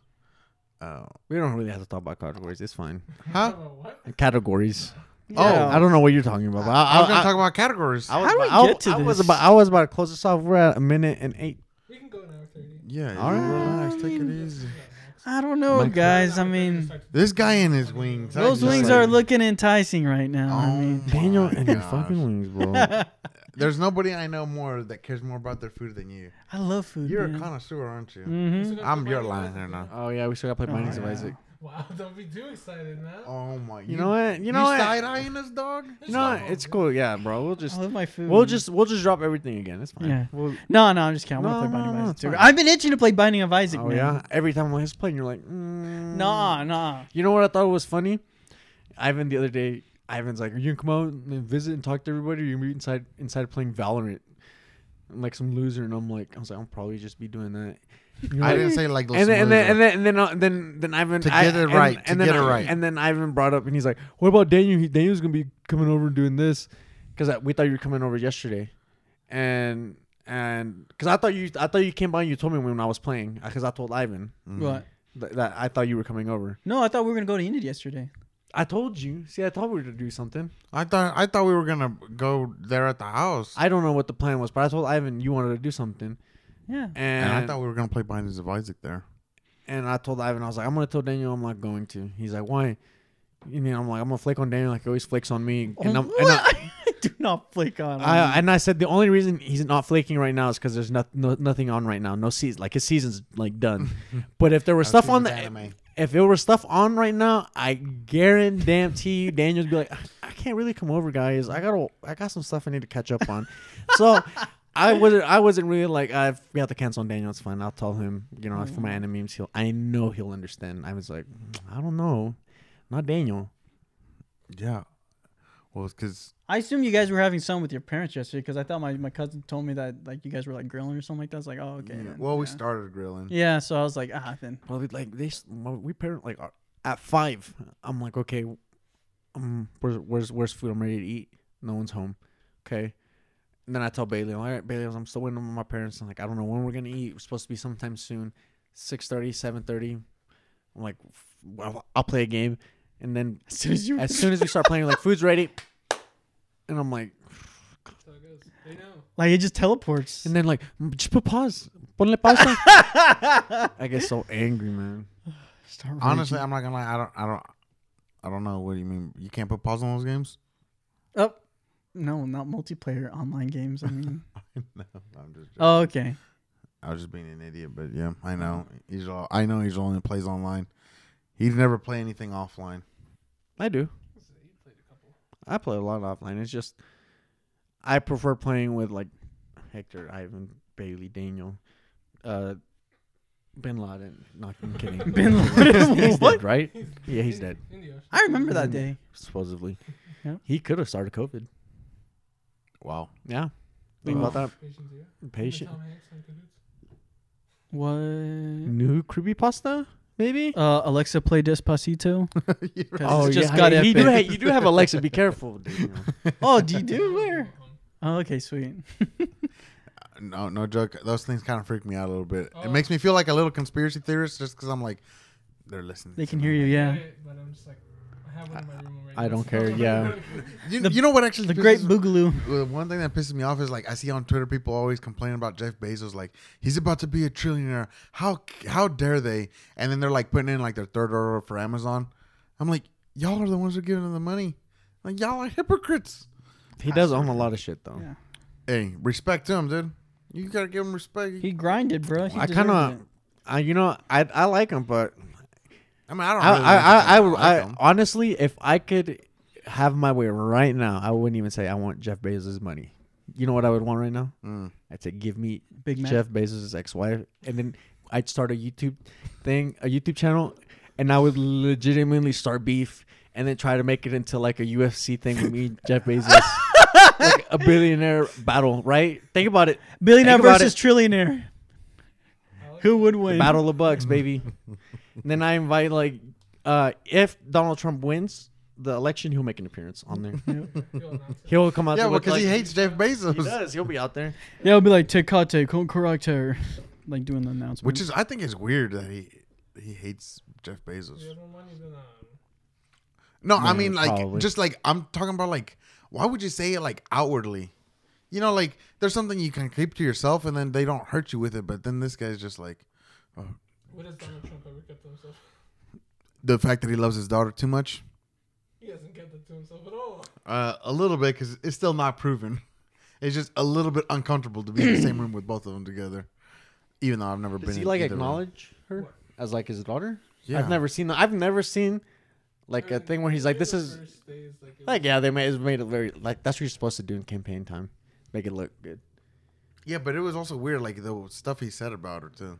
Speaker 3: uh,
Speaker 1: We don't really have to talk about categories. It's fine.
Speaker 3: huh?
Speaker 4: Oh, what?
Speaker 1: Categories.
Speaker 2: Yeah.
Speaker 1: Oh, I don't know what you're talking about. but I,
Speaker 3: I was gonna
Speaker 1: I-
Speaker 3: talk about categories.
Speaker 1: I was
Speaker 2: How do we
Speaker 1: about,
Speaker 2: get to
Speaker 1: I, I was
Speaker 2: this?
Speaker 1: about I was about to close this off. We're at a minute and eight.
Speaker 4: We can go an hour thirty.
Speaker 3: yeah,
Speaker 1: All
Speaker 3: you
Speaker 1: right.
Speaker 3: relax, take it easy.
Speaker 2: I don't know,
Speaker 1: Mike-
Speaker 2: guys. I
Speaker 4: An hour 30
Speaker 2: mean,
Speaker 4: starts-
Speaker 3: This guy in his wings. I
Speaker 2: those
Speaker 3: just
Speaker 2: wings
Speaker 3: like-
Speaker 2: are looking enticing right now.
Speaker 3: Oh
Speaker 2: I mean,
Speaker 3: my
Speaker 1: Daniel and your
Speaker 3: gosh.
Speaker 1: fucking wings, bro.
Speaker 3: There's nobody I know more that cares more about their food than you.
Speaker 2: I love food.
Speaker 3: You're
Speaker 2: man.
Speaker 3: a connoisseur, aren't you?
Speaker 4: You
Speaker 2: Mm-hmm.
Speaker 4: still got
Speaker 3: I'm
Speaker 4: the
Speaker 3: your
Speaker 4: Binding of
Speaker 3: line
Speaker 4: Isaac,
Speaker 3: here now.
Speaker 1: oh yeah, we still got to play Bindings of
Speaker 2: yeah.
Speaker 1: Isaac.
Speaker 4: Wow, don't be too excited now.
Speaker 3: Oh my!
Speaker 1: You know what? You
Speaker 3: You
Speaker 1: know
Speaker 3: side
Speaker 1: what?
Speaker 3: eyeing us, dog.
Speaker 1: You know what? It's cool. Yeah, bro. We'll just
Speaker 2: I love my food.
Speaker 1: we'll just we'll just drop everything again. It's fine.
Speaker 2: Oh, Yeah.
Speaker 1: We'll,
Speaker 2: No, no, I'm just kidding.
Speaker 1: No,
Speaker 2: I want to play Binding
Speaker 1: no, no,
Speaker 2: of Isaac.
Speaker 1: it's
Speaker 2: too.
Speaker 1: fine.
Speaker 2: I've been itching to play Binding of Isaac.
Speaker 1: oh
Speaker 2: man.
Speaker 1: yeah. Every time when he's playing, you're like, mm.
Speaker 2: Nah, nah.
Speaker 1: You know what I thought was funny? Ivan the other day, Ivan's like, "Are you gonna come out and visit and talk to everybody? Or are you gonna be inside inside playing Valorant?" I'm like some loser, and I'm like, I was like, I'll probably just be doing that. And you're
Speaker 3: I
Speaker 1: like-
Speaker 3: didn't say like.
Speaker 1: And then, and then and then and then uh, then then Ivan
Speaker 3: To
Speaker 1: I-
Speaker 3: get it
Speaker 1: and-
Speaker 3: right,
Speaker 1: and,
Speaker 3: to
Speaker 1: then
Speaker 3: get it
Speaker 1: I-
Speaker 3: right.
Speaker 1: and then Ivan brought up and he's like, "What about Daniel? He, Daniel's gonna be coming over and doing this because we thought you were coming over yesterday." and and because I thought you I thought you came by and you told me when I was playing because I told Ivan
Speaker 2: What?
Speaker 1: that, that I thought you were coming over.
Speaker 2: No, I thought we were gonna go to Enid yesterday.
Speaker 1: I told you. See, I told we were to do something.
Speaker 3: I thought I thought we were gonna go there at the house,
Speaker 1: I don't know what the plan was, but I told Ivan you wanted to do something,
Speaker 2: Yeah.
Speaker 1: and
Speaker 3: and I thought we were gonna play Bindings of Isaac there.
Speaker 1: And I told Ivan, I was like, I'm gonna tell Daniel I'm not going to. He's like, why? And then I'm like, I'm gonna flake on Daniel like he always flakes on me. And I'm, and I,
Speaker 2: I, do not flake on.
Speaker 1: I uh, and I said the only reason he's not flaking right now is because there's not, no, nothing on right now. No season, like his season's like done. but if there was stuff on the,
Speaker 3: season's anime.
Speaker 1: if there was stuff on right now, I guarantee you, Daniel'd be like, I, I can't really come over, guys. I got I got some stuff I need to catch up on. so. I wasn't. I wasn't really like. I we have to cancel on Daniel. It's fine. I'll tell him. You know, for my enemies, he'll. I know he'll understand. I was like, I don't know, not Daniel.
Speaker 3: Yeah, well, it's because
Speaker 2: I assume you guys were having some with your parents yesterday because I thought my, my cousin told me that like you guys were like grilling or something like that. It's like, oh okay. then,
Speaker 3: well, we
Speaker 2: yeah.
Speaker 3: started grilling.
Speaker 2: Yeah, so I was like, ah, then
Speaker 1: Well, we- like they, s- well, we parent like are- at five. I'm like, okay, um, where's where's where's food? I'm ready to eat. No one's home. Okay. And then I tell Bailey, all right, Bailey, I'm still waiting on my parents. I'm like, I don't know when we're gonna eat. We're supposed to be sometime soon, 6.30, 7.30. I'm like, f- well, I'll play a game, and then
Speaker 2: as soon as you
Speaker 1: as soon as we start playing, like food's ready, and I'm like,
Speaker 4: That's how it goes. They know.
Speaker 2: like it just teleports.
Speaker 1: and then like, "Mm, just put pause, ponle pausa. I get so angry, man.
Speaker 2: Start
Speaker 3: Honestly, I'm not gonna lie. I don't. I don't. I don't know what do you mean. You can't put pause on those games.
Speaker 2: raging. oh no, not multiplayer online games. I mean,
Speaker 3: no, I'm just.
Speaker 2: oh okay.
Speaker 3: I was just being an idiot, but yeah, I know.
Speaker 1: Oh.
Speaker 3: He's all. I know he's only plays online. He'd never play anything offline.
Speaker 1: I do. I play a lot offline. It's just I prefer playing with like Hector, Ivan, Bailey, Daniel, uh, Bin Laden. Not I'm kidding.
Speaker 2: Bin Laden,
Speaker 1: he's
Speaker 2: what?
Speaker 1: dead, right? Yeah, he's dead.
Speaker 4: In the ocean.
Speaker 2: I remember that day.
Speaker 1: Supposedly,
Speaker 2: Yeah.
Speaker 1: he could have started COVID.
Speaker 3: Wow.
Speaker 1: Yeah, think about that.
Speaker 4: Patient zero.
Speaker 1: Patient.
Speaker 4: Tom Hanks on cahoots.
Speaker 2: What?
Speaker 1: New creepypasta, maybe.
Speaker 2: Uh, Alexa, play Despacito. 'Cause it's just
Speaker 1: Oh, yeah,
Speaker 2: got
Speaker 1: you do.
Speaker 2: epic.
Speaker 1: Have, you do have Alexa. Be careful. Daniel.
Speaker 2: oh, do you do where? Oh, okay, sweet.
Speaker 3: No, no joke. Those things kind of freak me out a little bit. It
Speaker 1: Oh.
Speaker 3: makes me feel like a little conspiracy theorist just because I'm like, they're listening.
Speaker 2: They
Speaker 3: to
Speaker 2: can
Speaker 3: me.
Speaker 2: hear you, yeah.
Speaker 4: But I'm just like, I have one in my room already.
Speaker 1: I don't care. Yeah.
Speaker 3: You,
Speaker 2: The-
Speaker 3: you know what actually
Speaker 2: The Great
Speaker 3: pisses-
Speaker 2: Boogaloo.
Speaker 3: Well, one thing that pisses me off is like I see on Twitter people always complain about Jeff Bezos, like he's about to be a trillionaire. How how dare they? And then they're like putting in like their third order for Amazon. I'm like, y'all are the ones who are giving him the money. Like y'all are hypocrites.
Speaker 1: He does own a lot of shit though.
Speaker 2: Yeah.
Speaker 3: Hey, respect him, dude. You gotta give him respect.
Speaker 2: He grinded, bro. He
Speaker 1: I kind
Speaker 2: deserved
Speaker 1: of,
Speaker 2: it.
Speaker 1: I you know, I I like him, but
Speaker 3: I mean, I don't.
Speaker 1: I,
Speaker 3: really
Speaker 1: I, I, I,
Speaker 3: like
Speaker 1: I,
Speaker 3: him.
Speaker 1: honestly, if I could have my way right now, I wouldn't even say I want Jeff Bezos' money. You know what I would want right now?
Speaker 3: Mm.
Speaker 1: I'd say give me
Speaker 2: Big Mac.
Speaker 1: Jeff Bezos' ex-wife, and then I'd start a YouTube thing, a YouTube channel, and I would legitimately start beef, and then try to make it into like a UFC thing with me, and Jeff Bezos, like a billionaire battle. Right? Think about it.
Speaker 2: Billionaire
Speaker 1: Think about
Speaker 2: versus
Speaker 1: it.
Speaker 2: trillionaire. Who would
Speaker 1: The
Speaker 2: win?
Speaker 1: Battle of Bucks, baby. and then I invite like uh if Donald Trump wins the election, he'll make an appearance on there. he'll come out.
Speaker 3: yeah,
Speaker 1: there
Speaker 3: well,
Speaker 1: with,
Speaker 3: because he
Speaker 1: like-
Speaker 3: hates Jeff Bezos.
Speaker 1: He does. He'll be out there.
Speaker 2: Yeah, it would be like Tecate, con Karakter. Like doing the announcement.
Speaker 3: Which is, I think, is weird that he he hates Jeff Bezos.
Speaker 4: uh,
Speaker 3: No, I
Speaker 1: Mm,
Speaker 3: mean like
Speaker 1: probably.
Speaker 3: just like I'm talking about like why would you say it like outwardly? You know, like there's something you can keep to yourself and then they don't hurt you with it, but then this guy's just like
Speaker 4: What does Donald Trump ever kept to himself?
Speaker 3: the fact that he loves his daughter too much.
Speaker 4: He hasn't kept it to himself at all.
Speaker 3: Uh, a little bit because it's still not proven. It's just a little bit uncomfortable to be in the same room with both of them together, even though I've never been.
Speaker 1: Does he
Speaker 3: in
Speaker 1: like
Speaker 3: either room.
Speaker 1: acknowledge her as like his daughter?
Speaker 3: Yeah.
Speaker 1: I've never seen. that. I've never seen like a thing where he's like, "This is
Speaker 4: First days, like, it
Speaker 1: like yeah." They made it's made it very like that's what you're supposed to do in campaign time, make it look good.
Speaker 3: Yeah, but it was also weird, like the stuff he said about her too.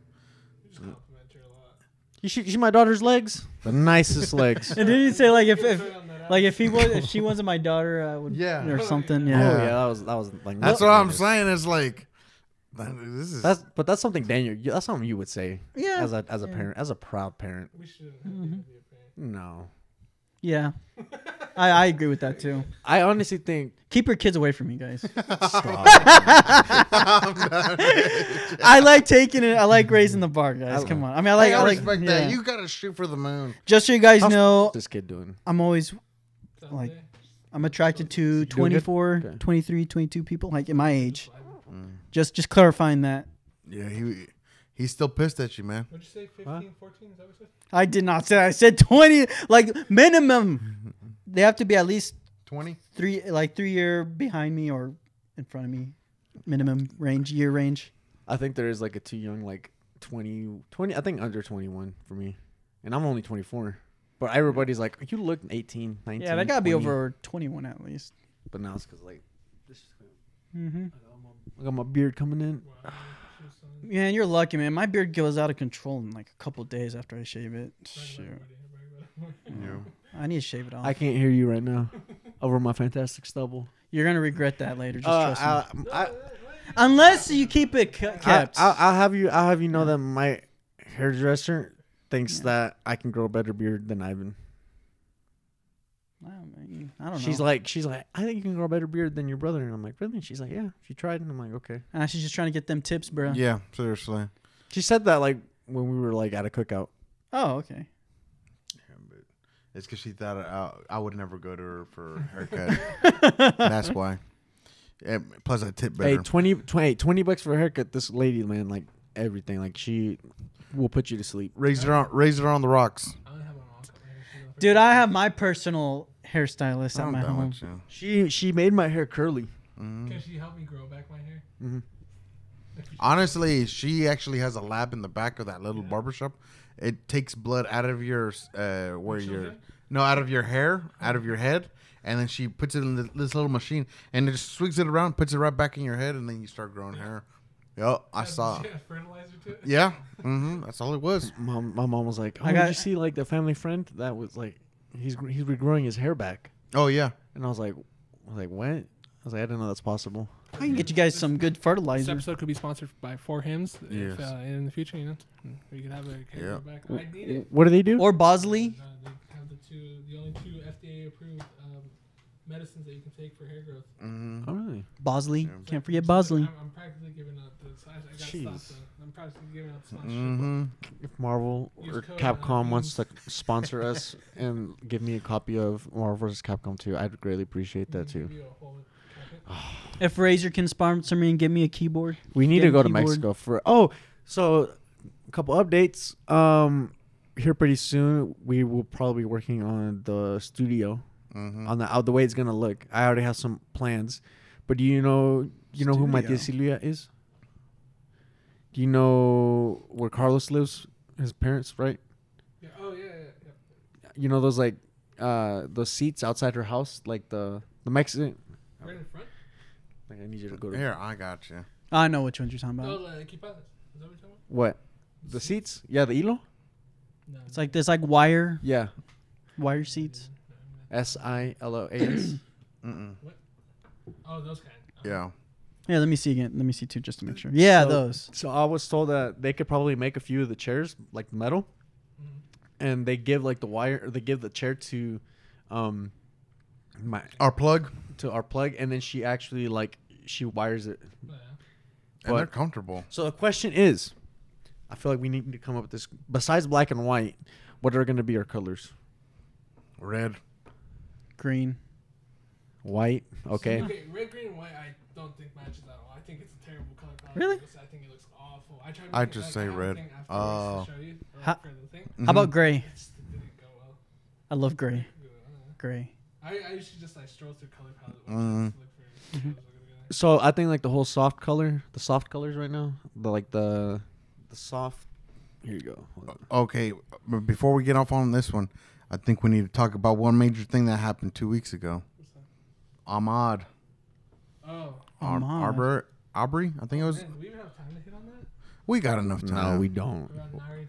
Speaker 4: was complimentary a lot.
Speaker 1: You should you see my daughter's legs, the nicest legs.
Speaker 2: and didn't he say like if, if
Speaker 4: Straight on that
Speaker 2: like if he was if she wasn't my daughter, I would
Speaker 3: Yeah.
Speaker 2: or something.
Speaker 1: Oh
Speaker 2: Yeah.
Speaker 1: yeah, that was that was like
Speaker 3: That's
Speaker 1: nothing
Speaker 3: what I'm
Speaker 1: like this.
Speaker 3: saying. It's like that- this is
Speaker 1: That's but that's something Daniel. you- That's something you would say.
Speaker 2: Yeah.
Speaker 1: As a as a parent, as a proud parent.
Speaker 4: We shouldn't have to be a parent.
Speaker 1: No.
Speaker 2: Yeah. I, I agree with that too.
Speaker 1: I honestly think
Speaker 2: Keep your kids away from me, guys.
Speaker 3: I'm done.
Speaker 2: I like taking it. I like raising the bar, guys. Come on. I mean, I like.
Speaker 3: I,
Speaker 2: I like
Speaker 3: respect
Speaker 2: yeah.
Speaker 3: that. You gotta shoot for the moon.
Speaker 2: Just so you guys know,
Speaker 1: this kid doing.
Speaker 2: I'm always like, I'm attracted to
Speaker 1: doing good?
Speaker 2: 24,
Speaker 1: Okay.
Speaker 2: 23, 22 people, like in my age. Just, just clarifying that.
Speaker 3: Yeah, he he's still pissed at you, man.
Speaker 4: What'd you say? 15, 14? Is that what you said?
Speaker 2: I did not say. I said 20, like minimum. They have to be at least
Speaker 3: Twenty.
Speaker 2: three, like three year behind me or in front of me, minimum range, year range.
Speaker 1: I think there is like a too young, like 20, 20 I think under 21 for me. And I'm only 24. But everybody's like, you look 18, 19.
Speaker 2: Yeah, they gotta be
Speaker 1: 20."
Speaker 2: over 21 at least.
Speaker 1: But now it's because, like, this is
Speaker 2: Mm-hmm.
Speaker 1: I got my beard coming in.
Speaker 2: Man, you're lucky, man. My beard goes out of control in like a couple days after I shave it. Shoot, I need to shave it off.
Speaker 1: I can't hear you right now over my fantastic stubble.
Speaker 2: You're gonna regret that later. Just
Speaker 1: Uh,
Speaker 2: trust me.
Speaker 1: I, I,
Speaker 2: Unless you keep it cu-
Speaker 1: I,
Speaker 2: kept.
Speaker 1: I, will have you. I'll have you know that my hairdresser thinks that I can grow a better beard than Ivan.
Speaker 2: Wow, man. I don't know.
Speaker 1: She's like, she's like, I think you can grow a better beard than your brother. And I'm like, really? And she's like, yeah. If you tried, and I'm like, okay.
Speaker 2: Ah, she's just trying to get them tips, bro.
Speaker 3: Yeah, seriously.
Speaker 1: She said that like when we were like at a cookout.
Speaker 2: Oh, okay.
Speaker 3: It's because she thought I, I would never go to her for a haircut. That's why. Yeah, plus, I tip better.
Speaker 1: Hey, 20, 20, hey, 20 bucks for a haircut. This lady, man, like everything. Like she will put you to sleep.
Speaker 3: Raise it on, raise it on the rocks.
Speaker 4: I only have one uncle. man.
Speaker 2: Dude, I have my personal hairstylist at
Speaker 3: I'm
Speaker 2: my
Speaker 3: done
Speaker 2: home.
Speaker 3: with you.
Speaker 1: She she made my hair curly.
Speaker 4: Can she help me grow back my hair?
Speaker 1: Mm-hmm.
Speaker 3: Honestly, she actually has a lab in the back of that little barbershop. It takes blood out of your uh, where your no out of your hair, out of your head, and then she puts it in th- this little machine and it just swings it around, puts it right back in your head, and then you start growing hair. Yep, I saw.
Speaker 4: She
Speaker 3: it.
Speaker 4: had fertilizer to it?
Speaker 3: Yeah, hmm that's all it was.
Speaker 1: Mom, my mom was like, oh,
Speaker 2: I
Speaker 1: did
Speaker 2: got-
Speaker 1: you see like the family friend that was like, he's gr- he's regrowing his hair back.
Speaker 3: Oh yeah,
Speaker 1: And I was like, I was like, what? I was like, I didn't know that's possible.
Speaker 2: I can get you guys some good
Speaker 4: This
Speaker 2: fertilizer.
Speaker 4: episode could be sponsored by Four Hymns.
Speaker 3: Yes.
Speaker 4: If, uh, in the future, you know, we could have a hair grow back. I need it.
Speaker 1: What do they do?
Speaker 2: Or Bosley.
Speaker 4: Uh, they have the two, the only two FDA approved um, medicines that you can take for hair growth.
Speaker 3: Mm-hmm,
Speaker 1: oh, really?
Speaker 2: Bosley. Can't forget
Speaker 4: So
Speaker 2: Bosley.
Speaker 4: I'm, I'm practically giving out the. I, I gotta
Speaker 1: Jeez. Mm-hmm.
Speaker 4: stop though. I'm practically giving out sponsorship.
Speaker 3: mm-hmm,
Speaker 1: If Marvel
Speaker 4: Use
Speaker 1: or
Speaker 4: code
Speaker 1: Capcom wants to
Speaker 4: Hopkins.
Speaker 1: sponsor us and give me a copy of Marvel vs. Capcom 2, I'd greatly appreciate that too.
Speaker 4: Give you a whole packet.
Speaker 2: If Razor can sponsor me and give me a keyboard.
Speaker 1: We need to
Speaker 2: Get
Speaker 1: go
Speaker 2: a
Speaker 1: to
Speaker 2: keyboard.
Speaker 1: Mexico for oh, so a couple updates. Um, here pretty soon we will probably be working on the studio,
Speaker 3: mm-hmm.
Speaker 1: on the out the way it's gonna look. I already have some plans, but do you know you know who my tia Silvia is? Do you know where Carlos lives? His parents, right?
Speaker 4: Yeah. Oh yeah. yeah, yeah.
Speaker 1: You know those like uh those seats outside her house, like the the Mexican.
Speaker 4: Right in front.
Speaker 1: Like, I need you to go to
Speaker 3: here I got you.
Speaker 2: I know which ones you're talking
Speaker 4: Oh,
Speaker 2: about.
Speaker 4: la equipadas. Is that what you're talking
Speaker 1: what? The seats? Yeah, the hilo.
Speaker 4: about? No.
Speaker 2: It's like this, like wire,
Speaker 1: Yeah,
Speaker 2: wire seats.
Speaker 1: S I L O A S.
Speaker 3: Mm-mm.
Speaker 4: Oh, those kind. Oh.
Speaker 3: Yeah,
Speaker 2: Yeah, let me see again. Let me see too, just to make sure. Yeah,
Speaker 1: So-
Speaker 2: those.
Speaker 1: So I was told that they could probably make a few of the chairs like metal, and they give like the wire or they give the chair to, um, my
Speaker 3: our plug,
Speaker 1: to our plug, and then she actually like she wires it.
Speaker 4: Yeah.
Speaker 3: and
Speaker 1: But-
Speaker 3: they're comfortable.
Speaker 1: So the question is, I feel like we need to come up with this. Besides black and white, what are going to be our colors?
Speaker 3: Red.
Speaker 2: Green.
Speaker 1: White, okay.
Speaker 4: Okay, red, green, and white. I don't think matches at all. I think it's a terrible color. combination.
Speaker 2: Really?
Speaker 4: I think it looks awful. I tried.
Speaker 3: I'd
Speaker 4: making,
Speaker 3: just
Speaker 4: like,
Speaker 3: say
Speaker 4: I have a
Speaker 3: red. Mm.
Speaker 4: thing afterwards
Speaker 3: Oh.
Speaker 4: To show you, or
Speaker 2: Ha-
Speaker 4: for the thing.
Speaker 2: How about gray?
Speaker 4: It just didn't go well.
Speaker 2: I love gray.
Speaker 4: Yeah, I don't know.
Speaker 2: Gray.
Speaker 4: I, I usually just like stroll through color palette.
Speaker 3: Mm-hmm.
Speaker 4: Mm. Look for
Speaker 2: Mm-hmm.
Speaker 4: colors that are
Speaker 1: So I think like the whole soft color, the soft colors right now, the like the, the soft. Here you go. Hold on.
Speaker 3: Mm-hmm. Okay, but before we get off on this one, I think we need to talk about one major thing that happened two weeks ago. Ahmad.
Speaker 4: gonna- Oh.
Speaker 3: Ar-
Speaker 2: Ahmad.
Speaker 3: Arbor, Aubrey, I think it was.
Speaker 4: Man, do we even have time to hit on that?
Speaker 3: We got enough time.
Speaker 1: No, we don't.
Speaker 4: We're at an hour 18.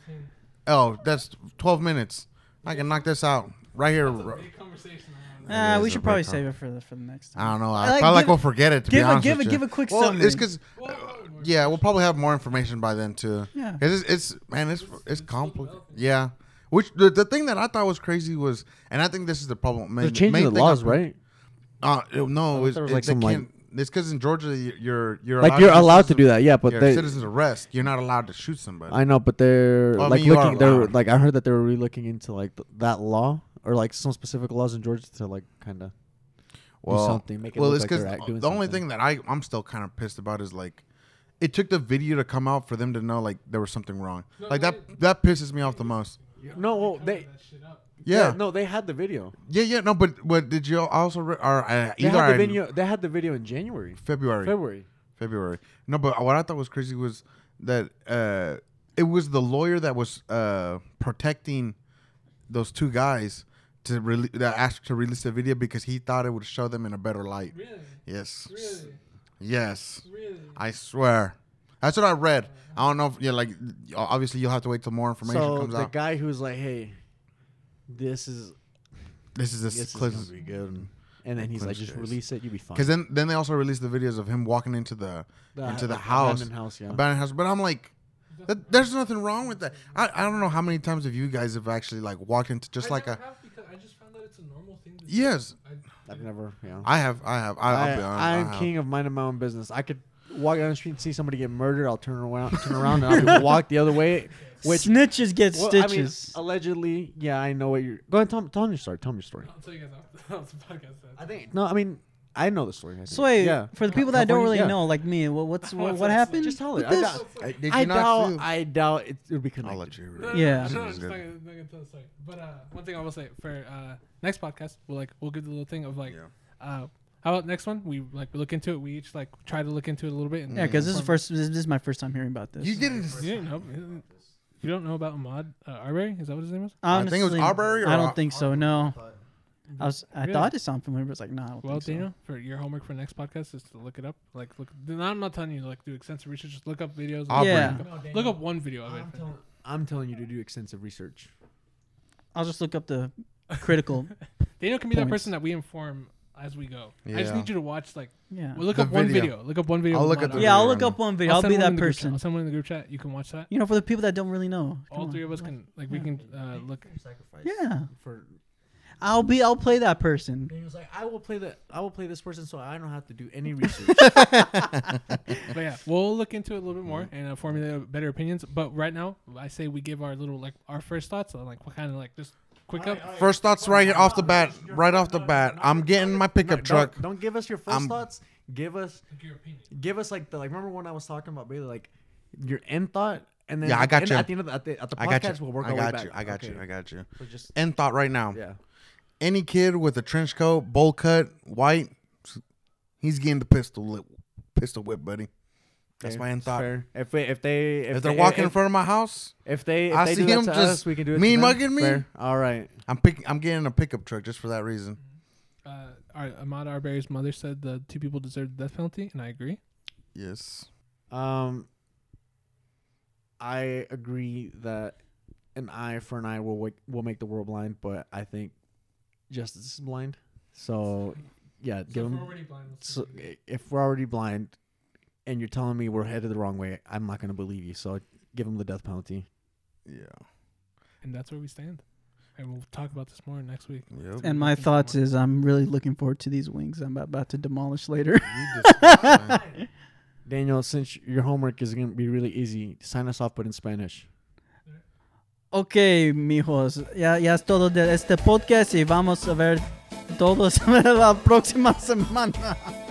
Speaker 3: Oh, that's 12 minutes. I can knock this out right here.
Speaker 4: It's a
Speaker 3: r-
Speaker 4: big conversation. I don't know.
Speaker 2: Ah,
Speaker 3: is
Speaker 2: we
Speaker 3: a Ah.
Speaker 2: should probably
Speaker 3: breakout.
Speaker 2: save it for the for the next time.
Speaker 3: I don't know. I,
Speaker 2: I like-
Speaker 3: feel like
Speaker 2: give-
Speaker 3: we'll forget it. To
Speaker 2: give
Speaker 3: be
Speaker 2: a-
Speaker 3: honest
Speaker 2: give
Speaker 3: with
Speaker 2: a-
Speaker 3: you.
Speaker 2: give a quick
Speaker 3: well, It's
Speaker 2: summary.
Speaker 3: because
Speaker 4: Well, well, we're-
Speaker 3: yeah, we'll probably have more information by then too.
Speaker 2: Yeah.
Speaker 3: 'Cause it's, it's man, it's it's compli
Speaker 4: developing.
Speaker 3: Yeah. Which the, the thing that I thought was crazy was, and I think this is the problem.
Speaker 1: They're
Speaker 3: Man,
Speaker 1: changing the laws, right?
Speaker 3: Uh, it- no, it's,
Speaker 1: there was,
Speaker 3: it-
Speaker 1: like,
Speaker 3: they
Speaker 1: some, like-
Speaker 3: can't- it's because in Georgia you're you're,
Speaker 1: Like you're allowed to do that, yeah. But
Speaker 3: Your
Speaker 1: they,
Speaker 3: citizens arrest. You're not allowed to shoot somebody.
Speaker 1: I know, but they're
Speaker 3: Well, I
Speaker 1: like
Speaker 3: mean, you are
Speaker 1: looking. They're
Speaker 3: allowed.
Speaker 1: like I heard that they were really looking into like th- that law or like some specific laws in Georgia to like kind of.
Speaker 3: well,
Speaker 1: something, make it
Speaker 3: well,
Speaker 1: look
Speaker 3: it's
Speaker 1: like they're
Speaker 3: because
Speaker 1: act- doing
Speaker 3: the only
Speaker 1: something.
Speaker 3: thing that I I'm still kind of pissed about is like, it took the video to come out for them to know like there was something wrong. Like that that pisses me off the most.
Speaker 1: No, well, they
Speaker 3: Yeah,
Speaker 1: no, they had the video.
Speaker 3: yeah, yeah. No, but but did you also re- or uh,
Speaker 1: They
Speaker 3: either
Speaker 1: had the
Speaker 3: I-
Speaker 1: video. They had the video in January,
Speaker 3: February
Speaker 1: February.
Speaker 3: February. No, but what I thought was crazy was that uh, it was the lawyer that was uh, protecting those two guys to rele- that asked to release the video because he thought it would show them in a better light.
Speaker 4: Really?
Speaker 3: Yes.
Speaker 4: Really?
Speaker 3: Yes.
Speaker 4: Really?
Speaker 3: I swear. That's what I read. I don't know if yeah, like obviously you'll have to wait till more information
Speaker 1: So
Speaker 3: comes
Speaker 1: the
Speaker 3: out.
Speaker 1: guy who's like, "Hey, this is
Speaker 3: this is this,
Speaker 1: this is
Speaker 3: clip.
Speaker 1: gonna be good," and then he's like,
Speaker 3: Clinch
Speaker 1: "Just
Speaker 3: case.
Speaker 1: release it, you'll be fine."
Speaker 3: Because then, then they also released the videos of him walking into the,
Speaker 1: The-
Speaker 3: into the
Speaker 1: the
Speaker 3: house,
Speaker 1: abandoned house, yeah.
Speaker 3: abandoned house. But I'm like, that, there's nothing wrong with that. I, I don't know how many times have you guys have actually like walked into just like a
Speaker 4: have because I just found out it's a normal thing. To
Speaker 3: yes.
Speaker 4: Do.
Speaker 1: I've never, you know.
Speaker 3: I have, I have, I, I'll be honest.
Speaker 1: I,
Speaker 3: I
Speaker 1: am
Speaker 3: have.
Speaker 1: king of minding my own business. I could walk down the street and see somebody get murdered. I'll turn around, turn around, and I'll walk the other way. Which
Speaker 2: Snitches get
Speaker 1: well, I mean,
Speaker 2: stitches.
Speaker 1: allegedly, yeah, I know what you're. Go ahead, tell, tell 'em your story. Tell 'em your story.
Speaker 4: I'll tell you guys after after the podcast.
Speaker 1: I think no, I mean, I know the story. I think.
Speaker 2: so wait,
Speaker 1: yeah.
Speaker 2: for the people that don't really
Speaker 1: California, yeah.
Speaker 2: know, like me, what, what's what, what
Speaker 4: Just
Speaker 2: happened?
Speaker 1: just tell
Speaker 2: with
Speaker 1: it. I
Speaker 2: this?
Speaker 1: doubt,
Speaker 4: I
Speaker 3: Did you
Speaker 1: I
Speaker 3: not
Speaker 1: doubt,
Speaker 3: sue?
Speaker 1: I doubt it would be
Speaker 3: I'll let
Speaker 1: connected.
Speaker 3: you.
Speaker 4: No,
Speaker 3: Read.
Speaker 4: no,
Speaker 2: Yeah.
Speaker 4: no, no,
Speaker 3: This
Speaker 4: it's
Speaker 3: is
Speaker 4: not
Speaker 3: good.
Speaker 4: gonna, not gonna tell the story. But uh, one thing I will say for uh, next podcast, we'll like we'll give the little thing of like,
Speaker 3: Yeah.
Speaker 4: uh, how about next one? We like we look into it. We each like try to look into it a little bit. And
Speaker 2: Yeah, because this is first. This, this is my first time hearing about this.
Speaker 3: You didn't.
Speaker 4: Mm-hmm. You didn't know. You don't know about Ahmad uh, Arbery? Is that what his name was?
Speaker 3: I think it was
Speaker 2: Honestly,
Speaker 3: Arbery. Or
Speaker 2: I don't think so. No, I was. I
Speaker 4: Really?
Speaker 2: thought it sounded familiar, but it's like, nah. I don't
Speaker 4: Well,
Speaker 2: think so.
Speaker 4: Daniel, for your homework for next podcast is to look it up. Like, look. No, I'm not telling you to, like do extensive research. Just look up videos.
Speaker 3: Aubrey.
Speaker 2: Yeah.
Speaker 4: Look up, look up one video of it.
Speaker 1: I'm telling you to do extensive research.
Speaker 2: I'll just look up the critical.
Speaker 4: Daniel can be that
Speaker 2: Points.
Speaker 4: person that we inform as we go. I just
Speaker 3: Yeah.
Speaker 4: need you to watch like.
Speaker 2: Yeah.
Speaker 4: Well, look
Speaker 3: The
Speaker 4: up one
Speaker 3: video.
Speaker 4: video. Look up one video.
Speaker 3: I'll
Speaker 4: of
Speaker 3: look
Speaker 4: Ahmad
Speaker 3: at the
Speaker 4: Arbery.
Speaker 2: yeah, I'll
Speaker 3: video
Speaker 2: look
Speaker 3: on
Speaker 2: up one video. I'll,
Speaker 4: send
Speaker 2: be
Speaker 4: one in
Speaker 2: that
Speaker 4: the group chat.
Speaker 2: person.
Speaker 4: I'll send one in the group chat. You can watch that.
Speaker 2: You know, for the people that don't really know.
Speaker 4: All
Speaker 2: come
Speaker 4: three
Speaker 2: on.
Speaker 4: of us can like we can uh, look.
Speaker 1: Sacrifice.
Speaker 2: Yeah,
Speaker 1: For
Speaker 2: I'll be. I'll play that person.
Speaker 1: Daniel's like, I will play the, I will play this person, so I don't have to do any research.
Speaker 4: But yeah, we'll look into it a little bit more and uh, formulate better opinions. But right now, I say we give our little like our first thoughts on like what kind of like just quick up.
Speaker 3: First thoughts right here off the bat. Right off the bat, I'm getting my
Speaker 1: No,
Speaker 3: pickup
Speaker 1: don't-
Speaker 3: truck.
Speaker 1: Don't, give us your 1st
Speaker 3: I'm-
Speaker 1: thoughts. Give us
Speaker 4: Your opinion.
Speaker 1: give us like the like remember when I was talking about Bailey like your end thought and then
Speaker 3: Yeah, I got
Speaker 1: and
Speaker 3: you.
Speaker 1: at the end of the at the, at the
Speaker 3: I
Speaker 1: podcast
Speaker 3: got you.
Speaker 1: we'll work
Speaker 3: I
Speaker 1: our way
Speaker 3: got
Speaker 1: back.
Speaker 3: you. I got you.
Speaker 1: Okay.
Speaker 3: I got you.
Speaker 1: So just
Speaker 3: End thought right now.
Speaker 1: yeah.
Speaker 3: any kid with a trench coat, bowl cut, white, he's getting the pistol lip, pistol whip, buddy. That's
Speaker 1: Okay,
Speaker 3: my end
Speaker 1: it's
Speaker 3: thought.
Speaker 1: fair. If they if they if,
Speaker 3: If they're
Speaker 1: they-
Speaker 3: walking in
Speaker 1: if,
Speaker 3: front of my house,
Speaker 1: if they if
Speaker 3: I
Speaker 1: they
Speaker 3: see
Speaker 1: do that
Speaker 3: him
Speaker 1: to
Speaker 3: just
Speaker 1: us, we can do it. to
Speaker 3: mean
Speaker 1: them.
Speaker 3: mugging me.
Speaker 1: Fair. All right.
Speaker 3: I'm picking. I'm getting a pickup truck just for that reason.
Speaker 4: Uh, our, Ahmad Arbery's mother said the two people deserve the death penalty, and I agree.
Speaker 3: Yes.
Speaker 1: Um, I agree that an eye for an eye will wake, will make the world blind, but I think justice is blind. So yeah, give him. so i- if we're already blind and you're telling me we're headed the wrong way, I'm not going to believe you. So give him the death penalty.
Speaker 3: Yeah.
Speaker 4: and that's where we stand. And we'll talk about this more next week.
Speaker 3: Yep.
Speaker 2: And my thoughts is, I'm really looking forward to these wings. I'm about to demolish later.
Speaker 3: You just- man.
Speaker 1: Daniel, since your homework is going to be really easy, sign us off, but in Spanish.
Speaker 2: Ok, mijos, ya, ya es todo de este podcast y vamos a ver todos la próxima semana.